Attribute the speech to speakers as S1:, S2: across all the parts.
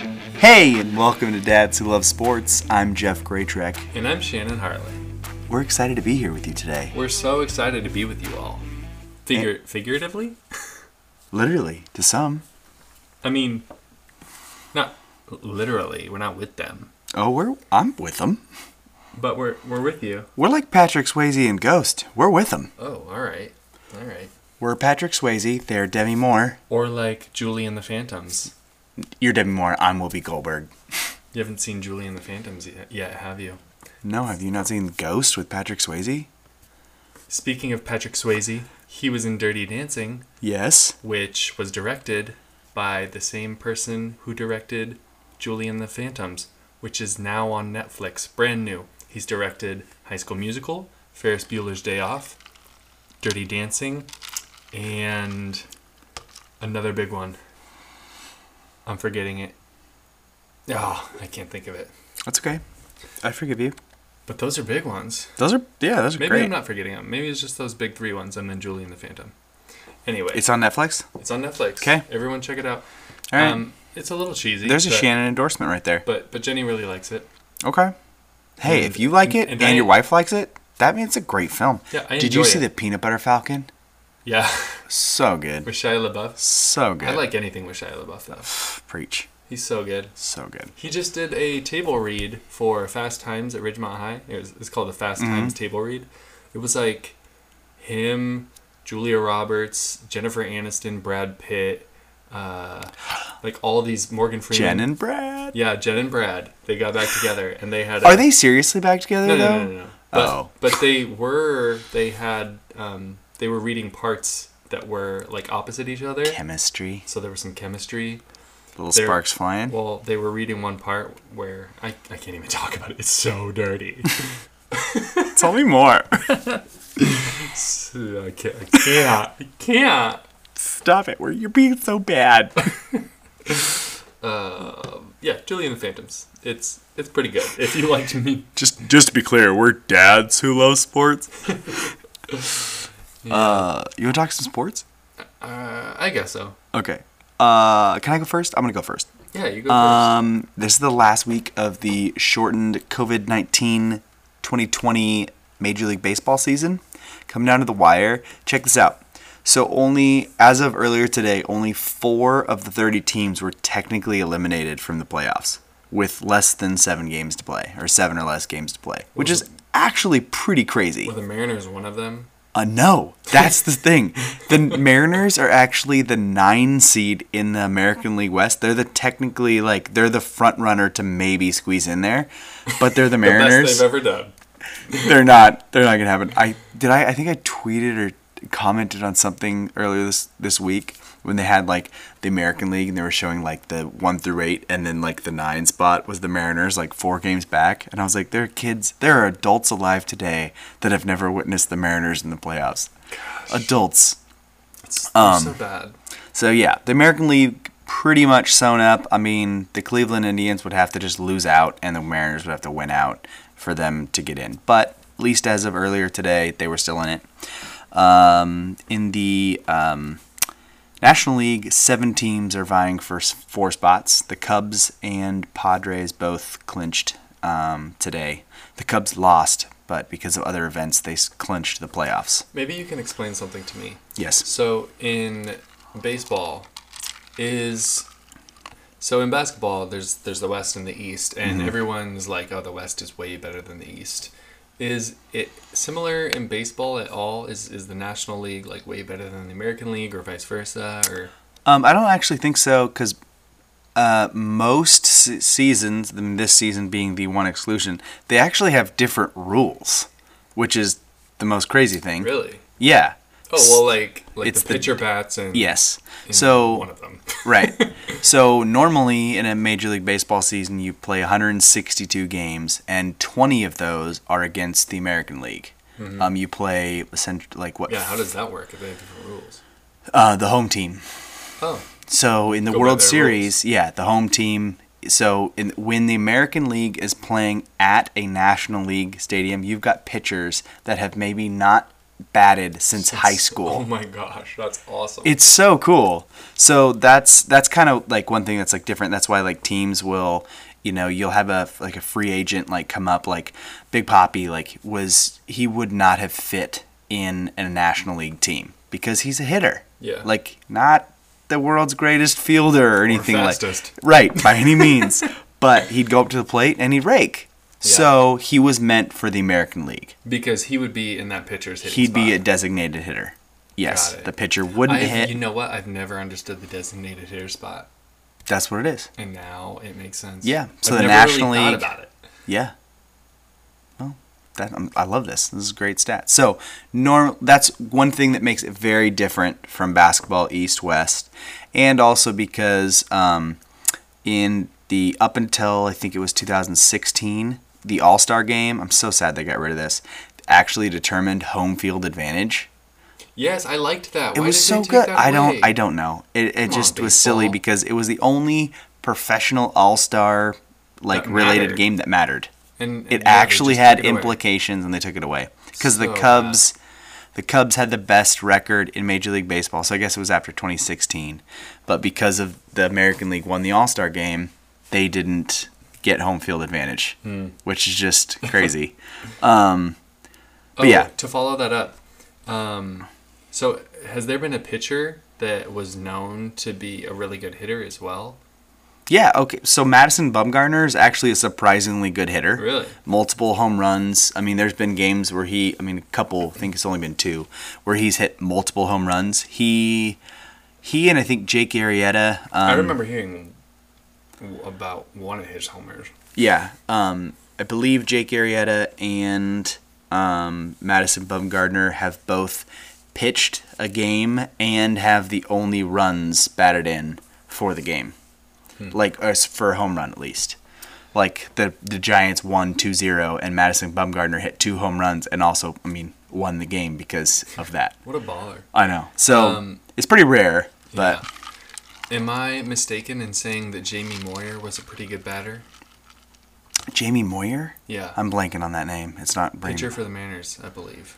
S1: Hey, and welcome to Dads Who Love Sports. I'm Jeff Graytrek.
S2: And I'm Shannon Hartley.
S1: We're excited to be here with you today.
S2: We're so excited to be with you all. Figure figuratively?
S1: Literally, to some.
S2: I mean not literally, we're not with them.
S1: Oh, we're I'm with them.
S2: But we're we're with you.
S1: We're like Patrick Swayze and Ghost. We're with them.
S2: Oh, alright. Alright.
S1: We're Patrick Swayze. They're Demi Moore.
S2: Or like Julie and the Phantoms.
S1: You're Demi Moore. I'm Whoopi Goldberg.
S2: You haven't seen Julie and the Phantoms yet, yet have you?
S1: No, have you not seen Ghost with Patrick Swayze?
S2: Speaking of Patrick Swayze, he was in Dirty Dancing,
S1: Yes.
S2: which was directed by the same person who directed Julie and the Phantoms, which is now on Netflix, brand new. He's directed High School Musical, Ferris Bueller's Day Off, Dirty Dancing, and another big one. I'm forgetting it. Oh, I can't think of it.
S1: That's okay. I forgive you.
S2: But those are big ones.
S1: Those are yeah, those are
S2: Maybe
S1: great.
S2: I'm not forgetting them. Maybe it's just those big three ones and then Julie and the Phantom. Anyway,
S1: It's on Netflix.
S2: it's on Netflix.
S1: 'Kay.
S2: Everyone check it out.
S1: All right.
S2: Um, it's a little cheesy.
S1: There's a
S2: but,
S1: Shannon endorsement right there.
S2: But but Jenny really likes it.
S1: Okay. Hey,
S2: And-
S1: if you like it
S2: and-
S1: and,
S2: and I-
S1: your wife likes it, that means it's a great film.
S2: Yeah, I
S1: Did you
S2: enjoy
S1: see
S2: it.
S1: the Peanut Butter Falcon?
S2: Yeah,
S1: So good.
S2: with Shia LaBeouf.
S1: So good.
S2: I like anything with Shia LaBeouf though.
S1: Preach.
S2: He's so good.
S1: So good.
S2: He just did a table read for Fast Times at Ridgemont High. It was, it's called the Fast
S1: Mm-hmm.
S2: Times table read. It was like him, Julia Roberts, Jennifer Aniston, Brad Pitt, uh, like all these Morgan Freeman.
S1: Jen and Brad.
S2: Yeah, Jen and Brad. They got back together and they had.
S1: Are they seriously back together
S2: No, no,
S1: though?
S2: no, no. no. But,
S1: Oh.
S2: but they were. They had. Um, they were reading parts that were like opposite each other.
S1: Chemistry.
S2: So there was some chemistry.
S1: Little
S2: They're-
S1: sparks flying.
S2: Well, they were reading one part where I, I can't even talk about it. It's so dirty.
S1: Tell me more.
S2: It's- uh, I can't. I can't. I can't.
S1: Stop it. Where you're being so bad.
S2: Um, yeah, Julie and the Phantoms. It's it's pretty good. If you liked me,
S1: just just to be clear, we're dads who love sports. Uh you wanna talk some sports?
S2: uh, I guess so.
S1: Okay. Uh can I go first? I'm gonna go first.
S2: Yeah, you go first.
S1: Um, this is the last week of the shortened COVID 19 2020 Major League Baseball season. Come down to the wire. Check this out. So, only as of earlier today, only four of the 30 teams were technically eliminated from the playoffs with less than seven games to play, or seven or less games to play, which is actually pretty crazy.
S2: Were the Mariners one of them?
S1: Uh, no, that's the thing. The Mariners are actually the nine seed in the American League West. They're the technically like they're the front runner to maybe squeeze in there, but they're the
S2: Best
S1: Mariners.
S2: they've ever done.
S1: they're not. They're not gonna happen. I did. I I think I tweeted or commented on something earlier this this week when they had like the American League and they were showing like the one through eight and then like the nine spot was the Mariners like four games back and I was like there are kids there are adults alive today that have never witnessed the Mariners in the playoffs. Adults.
S2: It's they're
S1: Um,
S2: so bad.
S1: So yeah, the American League pretty much sewn up. I mean, the Cleveland Indians would have to just lose out, and the Mariners would have to win out for them to get in. But at least as of earlier today, they were still in it. Um, in the um, National League, seven teams are vying for s- four spots. The Cubs and Padres both clinched um, today. The Cubs lost, but because of other events, they s- clinched the playoffs.
S2: Maybe you can explain something to me.
S1: Yes.
S2: So in baseball, is so in basketball there's there's the West and the East, and
S1: Mm-hmm.
S2: everyone's like, oh, the West is way better than the East. Is it similar in baseball at all? Is is the National League like way better than the American League, or vice versa, or
S1: Um, I don't actually think so because uh, most se- seasons, th- this season being the one exclusion, they actually have different rules, which is the most crazy thing.
S2: really?
S1: Yeah.
S2: Oh well, like like
S1: It's
S2: the
S1: the-
S2: pitcher bats and
S1: Yes.
S2: and
S1: So
S2: one of them.
S1: right. So normally in a Major League Baseball season, you play 162 games, and 20 of those are against the American League. Um, you play essentially like what?
S2: Mm-hmm. yeah, how does that work if they have different rules?
S1: uh, the home team.
S2: Oh,
S1: So in the
S2: Go by
S1: World
S2: their
S1: Series, yeah, the home team. So in, when the American League is playing at a National League stadium, you've got pitchers that have maybe not batted since high
S2: Oh
S1: school.
S2: my gosh, that's awesome.
S1: It's so cool. So that's that's kind of like one thing that's like different. That's why like teams will, you know, you'll have a like a free agent like come up like Big Poppy like was he would not have fit in a National League team because he's a hitter.
S2: Yeah.
S1: Like not the world's greatest fielder or anything
S2: fastest.
S1: like right by any means, but he'd go up to the plate and he'd rake.
S2: Yeah.
S1: So he was meant for the American League.
S2: because he would be in that pitcher's hitting
S1: He'd be a
S2: spot.
S1: designated hitter. Yes,
S2: Got it.
S1: the pitcher wouldn't
S2: I've-
S1: hit.
S2: You know what? I've never understood the designated hitter spot,
S1: That's what it is.
S2: and now it makes sense.
S1: Yeah, so
S2: I've
S1: the
S2: never
S1: National
S2: really thought
S1: League-
S2: about it.
S1: Yeah. Well, that um, I love this. This is great stats. So norm that's one thing that makes it very different from basketball East West, and also because um, in the up until I think it was 2016, the All Star Game. I'm so sad they got rid of this. Actually determined home field advantage.
S2: Yes, I liked that.
S1: It
S2: Why
S1: was
S2: did
S1: so
S2: they take
S1: good.
S2: That
S1: I
S2: away?
S1: don't. I don't know. It, it
S2: on,
S1: just was silly
S2: baseball.
S1: because it was the only professional All Star like
S2: That mattered.
S1: related game that mattered
S2: And, and yeah,
S1: it
S2: they
S1: actually
S2: just
S1: had
S2: took it away.
S1: implications and they took it away because the
S2: So
S1: cubs the cubs had the best record in major league baseball so i guess it was after 2016 but because of the american league won the all-star game they didn't get home field advantage
S2: Hmm.
S1: which is just crazy
S2: Oh,
S1: yeah.
S2: To follow that up, um, so has there been a pitcher that was known to be a really good hitter as well?
S1: yeah okay so madison bumgarner is actually a surprisingly good hitter
S2: Really?
S1: multiple home runs i mean there's been games where he i mean a couple i think it's only been two where he's hit multiple home runs he he and i think jake arietta um,
S2: I remember hearing w- about one of his homers.
S1: Yeah, um, I believe Jake Arrieta and um, Madison Bumgardner have both pitched a game and have the only runs batted in for the game,
S2: Hmm.
S1: like us for a home run at least. Like the the Giants won 2-0 and Madison Bumgardner hit two home runs and also I mean won the game because of that.
S2: What a baller!
S1: I know. So
S2: Um,
S1: it's pretty rare, Oh, but
S2: Yeah. Am I mistaken in saying that Jamie Moyer was a pretty good batter?
S1: Jamie Moyer?
S2: Yeah.
S1: I'm blanking on that name. It's not brain-
S2: Pitcher for the Mariners, I believe.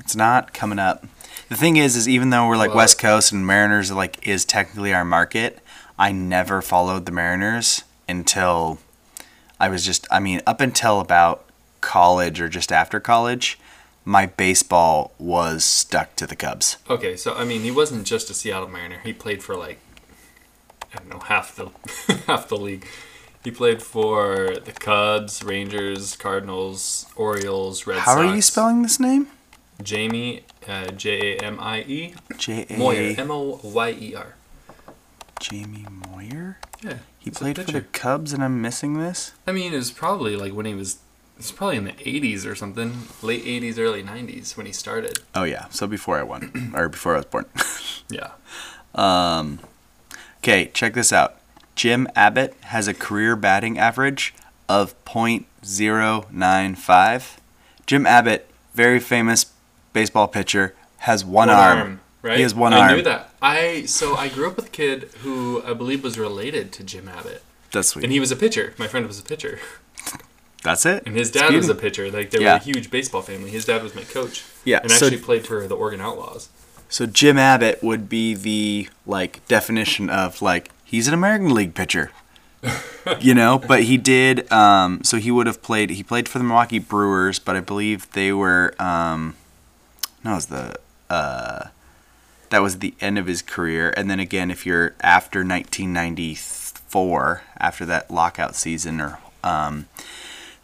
S1: It's not coming up. The thing is, is even though we're like
S2: Well-
S1: West Coast and Mariners are like is technically our market, I never followed the Mariners until I was just I mean up until about college or just after college, my baseball was stuck to the Cubs.
S2: Okay, so I mean, he wasn't just a Seattle Mariner. He played for like I don't know half the half the league. He played for the Cubs, Rangers, Cardinals, Orioles, Red
S1: How
S2: Sox.
S1: are you spelling this name?
S2: Jamie? Uh, J A M I E
S1: J
S2: Moyer.
S1: A
S2: M O Y E R.
S1: Jamie Moyer.
S2: Yeah,
S1: He
S2: he's a
S1: played for the
S2: pitcher.
S1: Cubs, and I'm missing this.
S2: I mean, it was probably like when he was. It's probably in the '80s or something, late '80s, early '90s when he started.
S1: Oh yeah, so before I won or before I was born.
S2: Yeah.
S1: Um, Okay, check this out. Jim Abbott has a career batting average of .095. Jim Abbott, very famous baseball pitcher, has one, arm.
S2: right?
S1: He has one
S2: I
S1: arm.
S2: I knew that. I so I grew up with a kid who I believe was related to Jim Abbott,
S1: That's sweet.
S2: and he was a pitcher. My friend was a pitcher,
S1: That's it.
S2: and his dad was a pitcher. Like they were
S1: Yeah.
S2: a huge baseball family. His dad was my coach.
S1: Yeah,
S2: and
S1: so-
S2: actually played for the Oregon Outlaws.
S1: So Jim Abbott would be the like definition of like he's an American League pitcher. you know, but he did um so he would have played he played for the Milwaukee Brewers, but I believe they were um no, it was the uh that was the end of his career. And then again, if you're after 1994, after that lockout season or um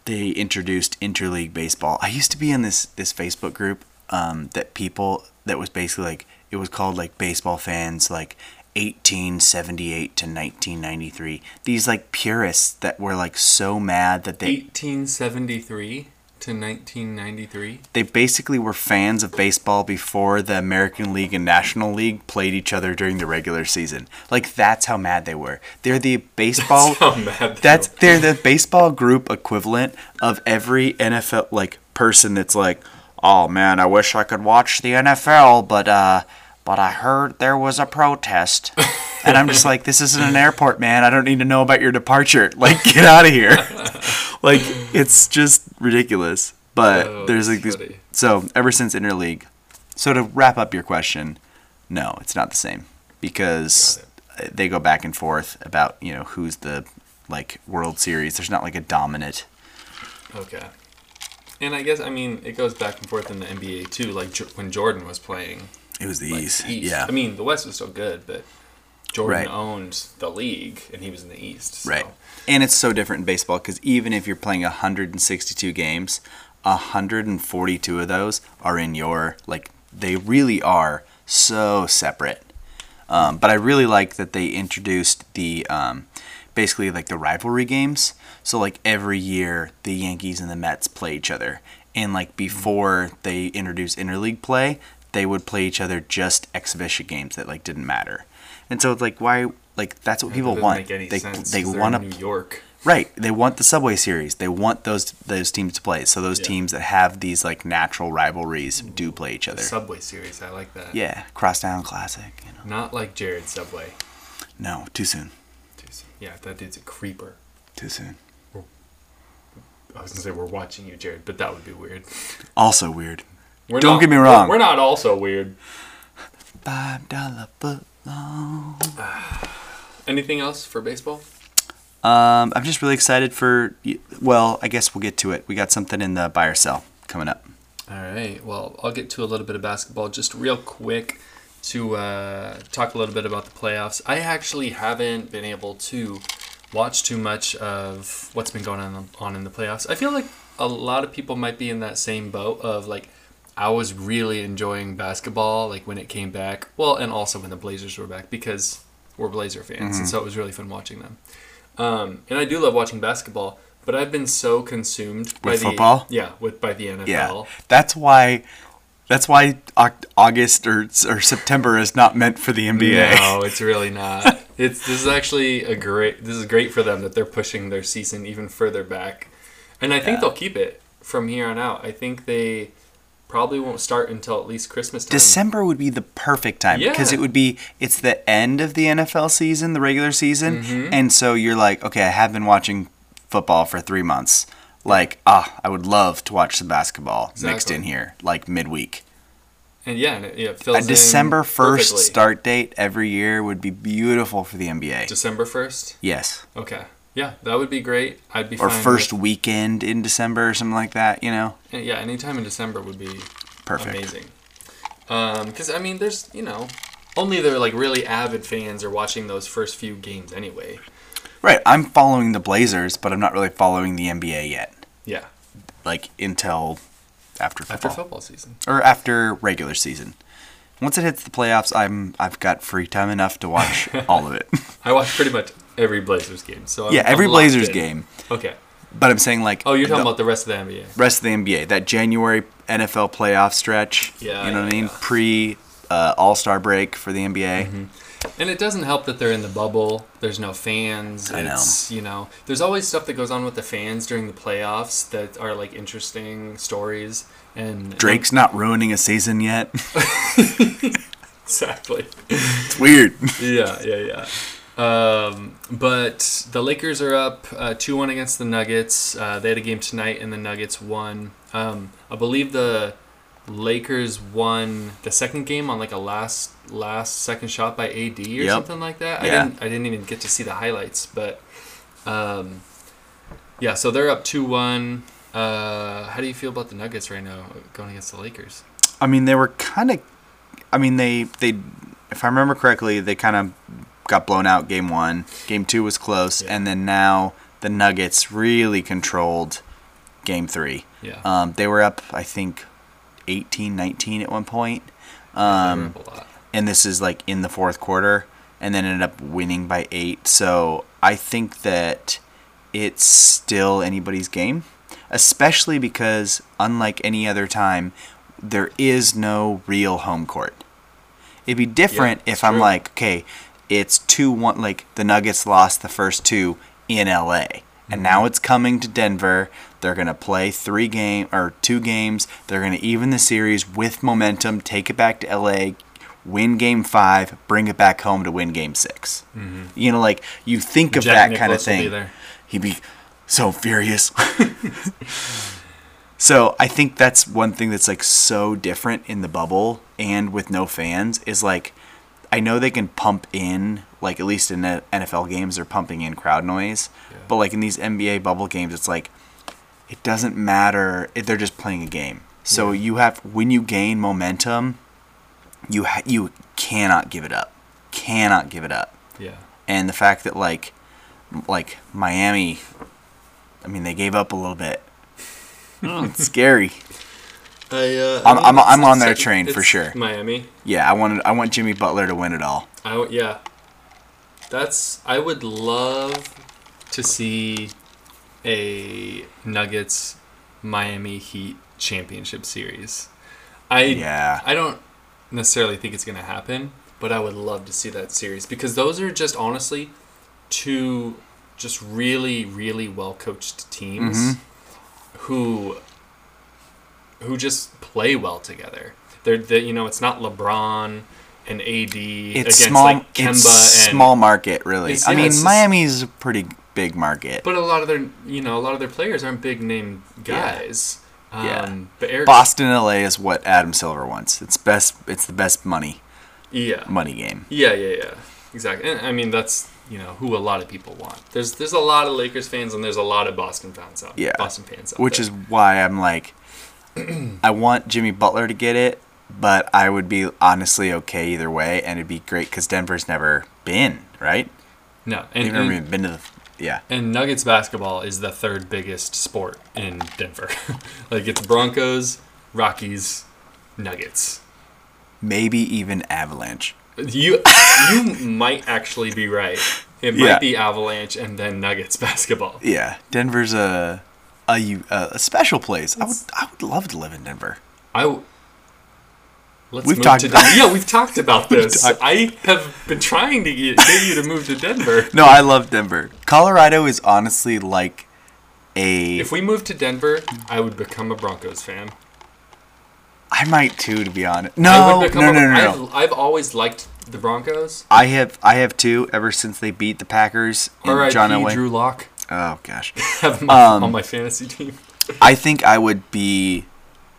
S1: they introduced interleague baseball. I used to be in this this Facebook group um, that people that was basically like it was called like baseball fans like 1878 to 1993. These like purists that were like so mad that they
S2: 1873 to 1993.
S1: they basically were fans of baseball before the American League and National League played each other during the regular season. Like that's how mad they were. They're the baseball
S2: How mad they
S1: Oh, That's
S2: were.
S1: they're the baseball group equivalent of every NFL like person that's like, "Oh man, I wish I could watch the NFL, but uh but I heard there was a protest." and I'm just like, "This isn't an airport, man. I don't need to know about your departure. Like get out of here." like it's just ridiculous. But
S2: Oh,
S1: there's like
S2: that's
S1: this.
S2: funny.
S1: So ever since interleague, so to wrap up your question, no, it's not the same because they go back and forth about you know who's the like World Series. There's not like a dominant.
S2: Okay. And I guess I mean it goes back and forth in the NBA too. Like J- when Jordan was playing
S1: It was the
S2: like,
S1: East.
S2: East.
S1: Yeah.
S2: I mean the West was so good, but Jordan
S1: Right.
S2: owned the league and he was in the East. So.
S1: Right. And it's so different in baseball because even if you're playing 162 games, 142 of those are in your, like, they really are so separate. Um, but I really like that they introduced the, um, basically, like the rivalry games. So, like, every year the Yankees and the Mets play each other. And,
S2: Hmm.
S1: like, before they introduced interleague play, they would play each other just exhibition games that, like, didn't matter. And so it's like, why, like, that's what
S2: That
S1: people
S2: doesn't
S1: want.
S2: make any
S1: they
S2: sense
S1: they
S2: 'cause they're
S1: want
S2: in
S1: to
S2: New York.
S1: Right. They want the Subway Series. They want those those teams to play. So those
S2: Yeah.
S1: teams that have these like natural rivalries do play each other.
S2: Subway series, I like that.
S1: yeah, Crosstown Classic. You know.
S2: Not like Jared Subway.
S1: No, too soon.
S2: Jeez. Yeah, that dude's a creeper.
S1: Too soon.
S2: I was gonna say we're watching you, Jared, but that would be weird.
S1: Also weird.
S2: We're
S1: Don't
S2: not-
S1: get me wrong.
S2: We're not also weird.
S1: Five dollar foot.
S2: Anything else for baseball?
S1: Um, I'm just really excited for. Well, I guess we'll get to it. We got something in the buy or sell coming up.
S2: All right. Well, I'll get to a little bit of basketball just real quick to uh, talk a little bit about the playoffs. I actually haven't been able to watch too much of what's been going on on in the playoffs. I feel like a lot of people might be in that same boat of like I was really enjoying basketball like when it came back. Well, and also when the Blazers were back because we're Blazer fans,
S1: Mm-hmm.
S2: and so it was really fun watching them. Um, and I do love watching basketball, but I've been so consumed by the
S1: football?
S2: Yeah, with by the NFL.
S1: Yeah, that's why. That's why Oc- August or or September is not meant for the NBA.
S2: No, it's really not. It's this is actually a great. This is great for them that they're pushing their season even further back, and I think they'll keep it from here on out. I think they probably won't start until at least Christmas time.
S1: December would be the perfect time because
S2: Yeah.
S1: it would be it's the end of the NFL season, the regular season,
S2: Mm-hmm.
S1: and so you're like, okay, I have been watching football for three months. Like, ah, I would love to watch the basketball mixed
S2: Exactly.
S1: in here, like midweek.
S2: And yeah, and it, yeah, it fills
S1: A
S2: in
S1: December first
S2: perfectly.
S1: start date every year would be beautiful for the NBA.
S2: December first.
S1: yes,
S2: Okay. Yeah, that would be great. I'd be
S1: or
S2: fine
S1: first
S2: With,
S1: weekend in December or something like that. You know,
S2: yeah, anytime in December would be
S1: perfect.
S2: amazing. Because I mean, there's you know, only the like really avid fans are watching those first few games anyway.
S1: Right, I'm following the Blazers, but I'm not really following the NBA yet.
S2: Yeah,
S1: Like until after
S2: after football season.
S1: or after regular season. Once it hits the playoffs, I'm I've got free time enough to watch all of it.
S2: I watch pretty much every Blazers game. So I'm,
S1: yeah, every
S2: I'm locked
S1: Blazers
S2: in.
S1: game.
S2: Okay.
S1: But I'm saying like
S2: Oh, you're talking about the rest of the NBA.
S1: rest of the NBA, that January NFL playoff stretch.
S2: Yeah,
S1: you know what I
S2: yeah,
S1: mean.
S2: yeah. Mm-hmm.
S1: Pre uh, All Star break for the NBA.
S2: And it doesn't help that they're in the bubble. There's no fans.
S1: I know.
S2: It's, you know, there's always stuff that goes on with the fans during the playoffs that are like interesting stories. And
S1: Drake's not ruining a season yet.
S2: exactly.
S1: it's weird.
S2: yeah, yeah, yeah. Um, but the Lakers are up uh, two one against the Nuggets. Uh, they had a game tonight, and the Nuggets won. Um, I believe the Lakers won the second game on like a last last second shot by AD or
S1: Yep.
S2: something like that.
S1: Yeah.
S2: I didn't I didn't even get to see the highlights, but um, yeah, so they're up two one. Uh, how do you feel about the Nuggets right now going against the Lakers?
S1: I mean, they were kind of. I mean, they they, if I remember correctly, they kind of got blown out game one. Game two was close,
S2: Yeah.
S1: and then now the Nuggets really controlled game three.
S2: Yeah,
S1: Um, they were up, I think, 18, 19 at one point,
S2: um,
S1: um,
S2: up a lot.
S1: and this is like in the fourth quarter, and then ended up winning by eight. So I think that it's still anybody's game, especially because unlike any other time, there is no real home court. It'd be different
S2: Yeah,
S1: if
S2: it's
S1: I'm
S2: true.
S1: like, okay, it's two one. Like the Nuggets lost the first two in LA,
S2: Mm-hmm.
S1: and now it's coming to Denver. They're gonna play three game or two games. They're gonna even the series with momentum. Take it back to LA, win game five, bring it back home to win game 6 You know, like you think of
S2: Mm-hmm. Jack
S1: that kind of
S2: Nicklaus will be
S1: thing.
S2: there.
S1: He'd be so furious. So I think that's one thing that's like so different in the bubble and with no fans is like I know they can pump in like at least in the NFL games they're pumping in crowd noise,
S2: Yeah.
S1: but like in these NBA bubble games it's like it doesn't matter if they're just playing a game. So you have when you gain momentum, you ha- you cannot give it up. Cannot give it up
S2: Yeah.
S1: and the fact that like like Miami I mean they gave up a little bit.
S2: Hmm.
S1: it's scary.
S2: I, uh,
S1: I'm- I'm- I'm
S2: it's-
S1: on their
S2: it's-
S1: train for
S2: it's
S1: sure.
S2: Miami.
S1: Yeah, I wanted I want Jimmy Butler to win it all.
S2: I w- yeah. That's I would love to see a Nuggets Miami Heat championship series. I
S1: Yeah.
S2: I don't necessarily think it's going to happen, but I would love to see that series because those are just honestly two just really really well coached teams
S1: Mhm.
S2: who who just play well together. They're, they you know it's not LeBron and AD
S1: It's
S2: against
S1: small
S2: like Kemba
S1: it's
S2: and
S1: small market really.
S2: It's-
S1: I
S2: yeah,
S1: mean
S2: it's just-
S1: Miami's a pretty big market.
S2: but a lot of their you know a lot of their players aren't big name
S1: Yeah.
S2: guys.
S1: Yeah.
S2: Um, but Eric,
S1: Boston and LA is what Adam Silver wants. It's best it's the best money
S2: yeah,
S1: money game.
S2: Yeah, yeah, yeah. Exactly. And, I mean, that's you know who a lot of people want. There's there's a lot of Lakers fans and there's a lot of Boston fans out.
S1: Yeah.
S2: Boston fans out.
S1: Which
S2: there.
S1: is why I'm like I want Jimmy Butler to get it, but I would be honestly okay either way and it'd be great cuz Denver's never been, right?
S2: no. And,
S1: They've never
S2: and,
S1: even been to the. Yeah.
S2: and Nuggets basketball is the third biggest sport in Denver. like it's Broncos, Rockies, Nuggets.
S1: Maybe even Avalanche.
S2: You you might actually be right. It might
S1: Yeah.
S2: be Avalanche and then Nuggets basketball.
S1: Yeah. Denver's a a u- a, a special place. I would I would love to live in Denver.
S2: I. W- Let's
S1: We've
S2: move
S1: talked
S2: to
S1: about-
S2: Denver. yeah, we've talked about this.
S1: talked-
S2: I have been trying to get, get you to move to Denver.
S1: No, I love Denver. Colorado is honestly like a.
S2: If we moved to Denver, I would become a Broncos fan.
S1: I might too, to be honest.
S2: I
S1: No,
S2: would
S1: no,
S2: become
S1: Oh, no,
S2: a-
S1: no, no.
S2: I've, I've always liked the Broncos.
S1: I have I have two ever since they beat the Packers and
S2: R.I.P.
S1: John Elway.
S2: Drew Lock
S1: Oh gosh.
S2: have my,
S1: Um,
S2: on my fantasy team.
S1: I think I would be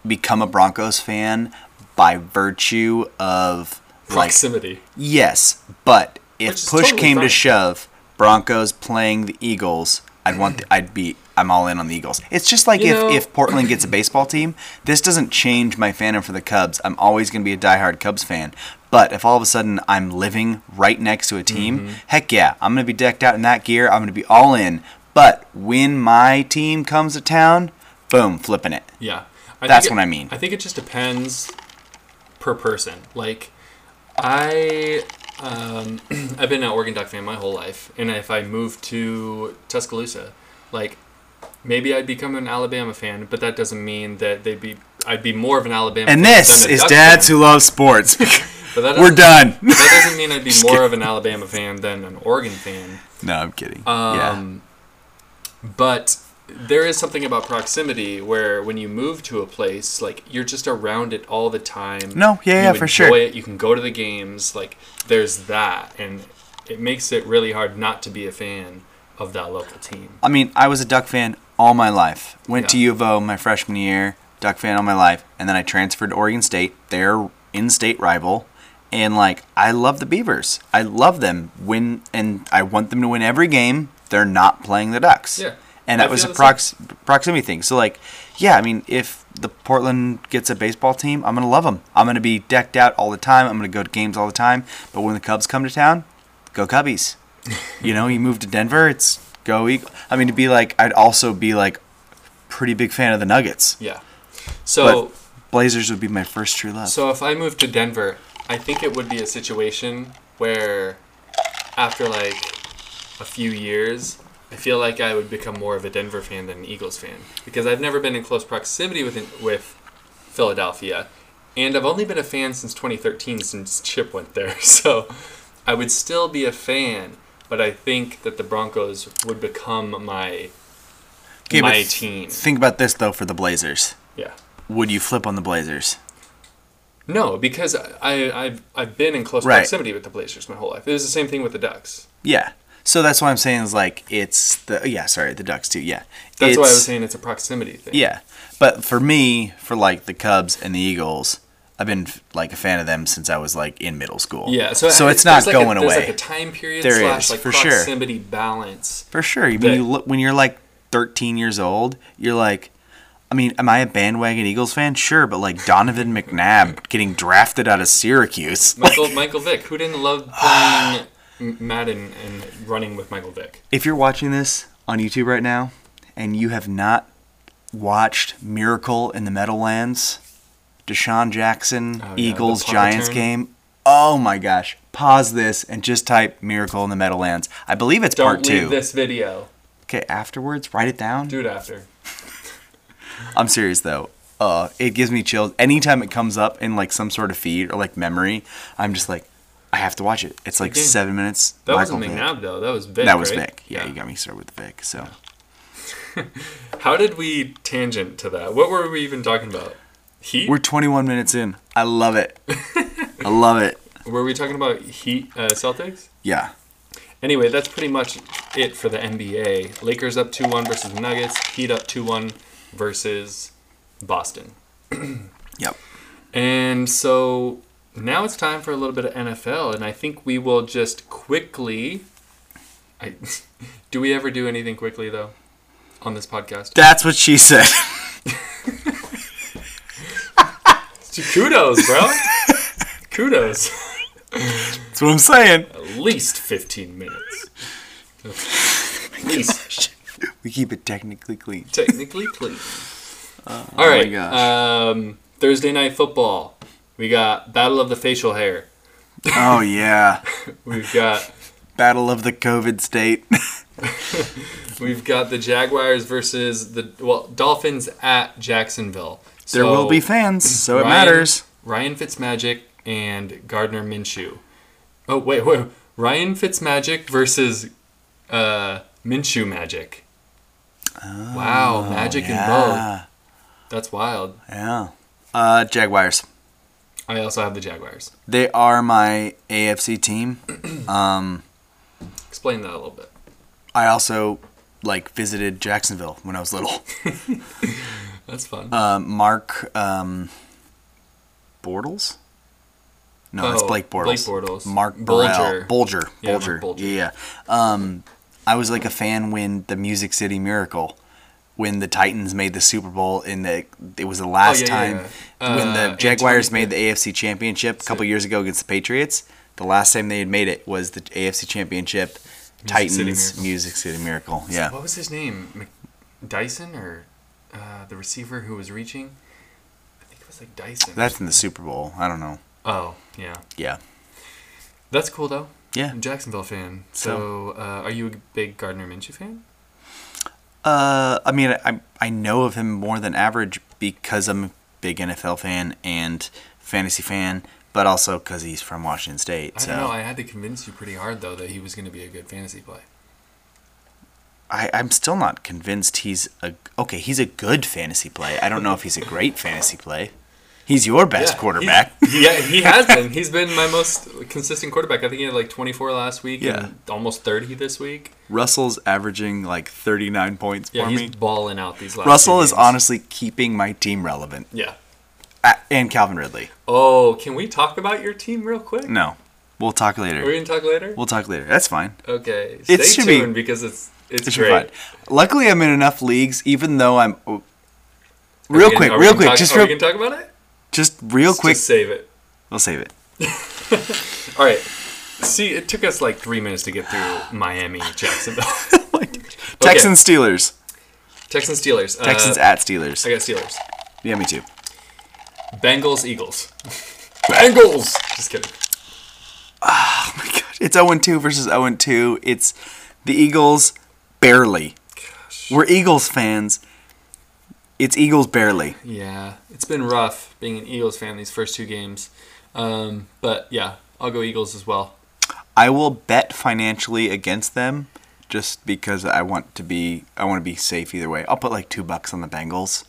S1: become a Broncos fan by virtue of like
S2: Proximity.
S1: Yes, but
S2: Which is
S1: if push
S2: totally
S1: came
S2: fine.
S1: to shove, Broncos playing the Eagles, I'd want the, I'd be I'm all in on the Eagles. It's just like
S2: You
S1: if,
S2: know-
S1: if Portland gets a baseball team, this doesn't change my fandom for the Cubs. I'm always going to be a diehard Cubs fan. But if all of a sudden I'm living right next to a team,
S2: Mm-hmm.
S1: heck yeah, I'm going to be decked out in that gear. I'm going to be all in. But when my team comes to town, boom, flipping it.
S2: Yeah. I
S1: That's
S2: think it-
S1: what I mean.
S2: I think it just depends per person. Like, I um, I've been an Oregon Duck fan my whole life, and if I moved to Tuscaloosa, like maybe I'd become an Alabama fan, but that doesn't mean that they'd be. I'd be more of an Alabama.
S1: And
S2: fan
S1: this
S2: than a
S1: is
S2: Duck
S1: Dads
S2: fan,
S1: Who Love Sports.
S2: but that
S1: We're
S2: doesn't-
S1: done.
S2: but that doesn't mean I'd be more of an Alabama fan than an Oregon fan.
S1: No, I'm kidding. yeah.
S2: Um, But there is something about proximity where when you move to a place, like you're just around it all the time.
S1: No, yeah,
S2: You
S1: yeah, for sure.
S2: enjoy It, you can go to the games. Like there's that, and it makes it really hard not to be a fan of that local team.
S1: I mean, I was a Duck fan all my life. Went to
S2: Yeah.
S1: U of O my freshman year, Duck fan all my life, and then I transferred to Oregon State, their in-state rival, and like I love the Beavers. I love them when, and I want them to win every game. They're not playing the Ducks.
S2: Yeah.
S1: And
S2: I
S1: that was a
S2: feel the
S1: prox- proximity thing. So like, yeah, I mean, if the Portland gets a baseball team, I'm gonna love them. I'm gonna be decked out all the time. I'm gonna go to games all the time. But when the Cubs come to town, go Cubbies. You know, you move to Denver, it's go Eagle. I mean, to be like, I'd also be like, pretty big fan of the Nuggets.
S2: Yeah. So.
S1: Blazers would be my first true love.
S2: So if I moved to Denver, I think it would be a situation where after like a few years, I feel like I would become more of a Denver fan than an Eagles fan because I've never been in close proximity with with Philadelphia, and I've only been a fan since 2013 since Chip went there. So I would still be a fan, but I think that the Broncos would become my
S1: Okay, but
S2: my
S1: th-
S2: team.
S1: Think about this though for the Blazers.
S2: Yeah.
S1: Would you flip on the Blazers?
S2: No, because I, I I've I've been in close
S1: Right.
S2: proximity with the Blazers my whole life. It was the same thing with the Ducks.
S1: Yeah. So that's why I'm saying is like it's the yeah sorry the Ducks too yeah.
S2: That's why I
S1: It's-
S2: was saying it's a proximity thing.
S1: Yeah, but for me, for like the Cubs and the Eagles, I've been like a fan of them since I was like in middle school.
S2: Yeah, so,
S1: so
S2: I-
S1: it's not
S2: there's like
S1: going
S2: a,
S1: away
S2: There's like a time period
S1: There
S2: slash
S1: is,
S2: like
S1: for sure.
S2: proximity balance.
S1: for sure. When
S2: that-
S1: you look, when you're like 13 years old, you're like, I mean, am I a bandwagon Eagles fan? Sure, but like Donovan McNabb getting drafted out of Syracuse.
S2: Michael
S1: Like,
S2: Michael Vick, who didn't love playing M- Madden and running with Michael Vick?
S1: if you're watching this on YouTube right now, and you have not watched Miracle in the Meadowlands, Deshaun Jackson,
S2: Oh, yeah, the
S1: Eagles,
S2: punt
S1: Giants
S2: return.
S1: game. Oh my gosh. Pause this and just type Miracle in the Meadowlands. I believe it's
S2: Don't
S1: part
S2: leave
S1: two.
S2: this video.
S1: Okay, afterwards, write it down.
S2: Do it after.
S1: I'm serious though. Uh, it gives me chills. Anytime it comes up in like some sort of feed or like memory, I'm just like, I have to watch it. It's like
S2: Again,
S1: seven minutes.
S2: That
S1: Michael
S2: wasn't
S1: Vick.
S2: McNabb though. That was Vick.
S1: that was
S2: right?
S1: Vic. Yeah, you got me started with Vic. So
S2: How did we tangent to that? What were we even talking about? Heat.
S1: we're 21 minutes in. I love it. I love it.
S2: Were we talking about Heat uh, Celtics?
S1: Yeah.
S2: Anyway, that's pretty much it for the NBA. Lakers up 2 1 versus Nuggets, Heat up 2 1 versus Boston.
S1: Yep.
S2: And so now it's time for a little bit of NFL, and I think we will just quickly. I, do we ever do anything quickly, though, on this podcast?
S1: That's what she said.
S2: Kudos, bro! Kudos.
S1: That's what I'm saying.
S2: At least 15 minutes. At least
S1: We keep it technically clean.
S2: technically clean. All right.
S1: Oh, gosh.
S2: Um, Thursday night football. We got Battle of the Facial Hair.
S1: Oh yeah.
S2: We've got
S1: Battle of the COVID state.
S2: we've got the Jaguars versus the well Dolphins at Jacksonville.
S1: there
S2: So,
S1: will be fans, so it
S2: Ryan-
S1: matters.
S2: Ryan Fitzmagic and Gardner Minshew. Oh wait, wait. Ryan Fitzmagic versus uh, Minshew Magic. wow, magic and both.
S1: Oh, yeah.
S2: That's wild.
S1: Yeah. Uh, Jaguars.
S2: I also have the Jaguars.
S1: They are my AFC team. Um,
S2: Explain that a little bit.
S1: I also like visited Jacksonville when I was little.
S2: That's fun.
S1: Um Mark um, Bortles. No, that's
S2: Oh,
S1: Blake Bortles.
S2: Blake Bortles.
S1: Mark
S2: Bulger.
S1: Burrell. Bulger.
S2: Yeah, Mark
S1: Bulger.
S2: Bulger.
S1: Yeah. yeah. Um, I was like a fan when the Music City Miracle, when the Titans made the Super Bowl, and the it was the last
S2: Oh, yeah,
S1: time
S2: yeah.
S1: when
S2: Uh,
S1: the Jaguars
S2: Antonio-
S1: made the AFC Championship a couple years ago against the Patriots. The last time they had made it was the AFC Championship. Titans
S2: City Miracle.
S1: Music City Miracle. Yeah.
S2: What was his name? Mc- Dyson or uh, the receiver who was reaching? I think it was like Dyson. or
S1: That's in
S2: something.
S1: the Super Bowl. I don't know.
S2: Oh, yeah.
S1: Yeah.
S2: That's cool though.
S1: Yeah.
S2: I'm a Jacksonville fan. So, uh, are you a big Gardner Minshew fan?
S1: Uh, I mean, I I know of him more than average because I'm a big NFL fan and fantasy fan, but also because he's from Washington State.
S2: I
S1: So
S2: don't know. I had to convince you pretty hard though that he was going to be a good fantasy play.
S1: I, I'm still not convinced he's a okay. He's a good fantasy play. I don't know if he's a great fantasy play. He's your best
S2: Yeah,
S1: quarterback.
S2: he's- yeah, he has been. He's been my most consistent quarterback. I think he had like 24 last week
S1: Yeah.
S2: and almost 30 this week.
S1: Russell's averaging like 39 points
S2: Yeah,
S1: for
S2: he's
S1: me.
S2: balling out these last.
S1: Russell
S2: few
S1: is
S2: games.
S1: honestly keeping my team relevant,
S2: Yeah.
S1: A and Calvin Ridley.
S2: Oh, can we talk about your team real quick?
S1: No, we'll talk
S2: Are we
S1: later.
S2: gonna talk later?
S1: We'll talk later. That's fine.
S2: Okay. Stay
S1: It should be-
S2: tuned because it's it's
S1: It should be
S2: great.
S1: fun. Luckily, I'm in enough leagues. Even though I'm
S2: Are we
S1: real
S2: gonna-
S1: quick,
S2: are we
S1: real
S2: gonna
S1: quick,
S2: talk-
S1: just
S2: are
S1: real,
S2: we can talk about it.
S1: just real
S2: Let's
S1: quick.
S2: Just save it.
S1: we'll save it.
S2: All right. See, it took us like three minutes to get through Miami, Jacksonville,
S1: Texans, Steelers,
S2: Texans, Steelers, uh,
S1: Texans at Steelers.
S2: I got Steelers,
S1: Yeah, me too. Oh
S2: Bengals, Eagles, Bengals. Just kidding.
S1: Oh my God. It's 0 2 versus 0 2. It's the Eagles barely. We're Eagles fans. It's Eagles barely.
S2: Yeah, it's been rough being an Eagles fan these first two games, um, but yeah, I'll go Eagles as well.
S1: I will bet financially against them just because I want to be I want to be safe either way. I'll put like 2 bucks on the Bengals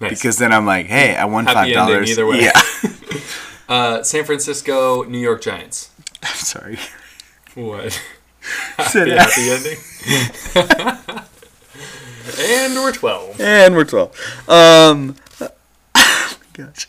S2: Nice.
S1: because then I'm like, "Hey, I won
S2: Happy
S1: $5."
S2: ending either way.
S1: Yeah.
S2: uh, San Francisco, New York Giants.
S1: I'm sorry.
S2: What?
S1: Sit
S2: Yeah, happy ending. and we're 12.
S1: And we're 12. Um, gosh.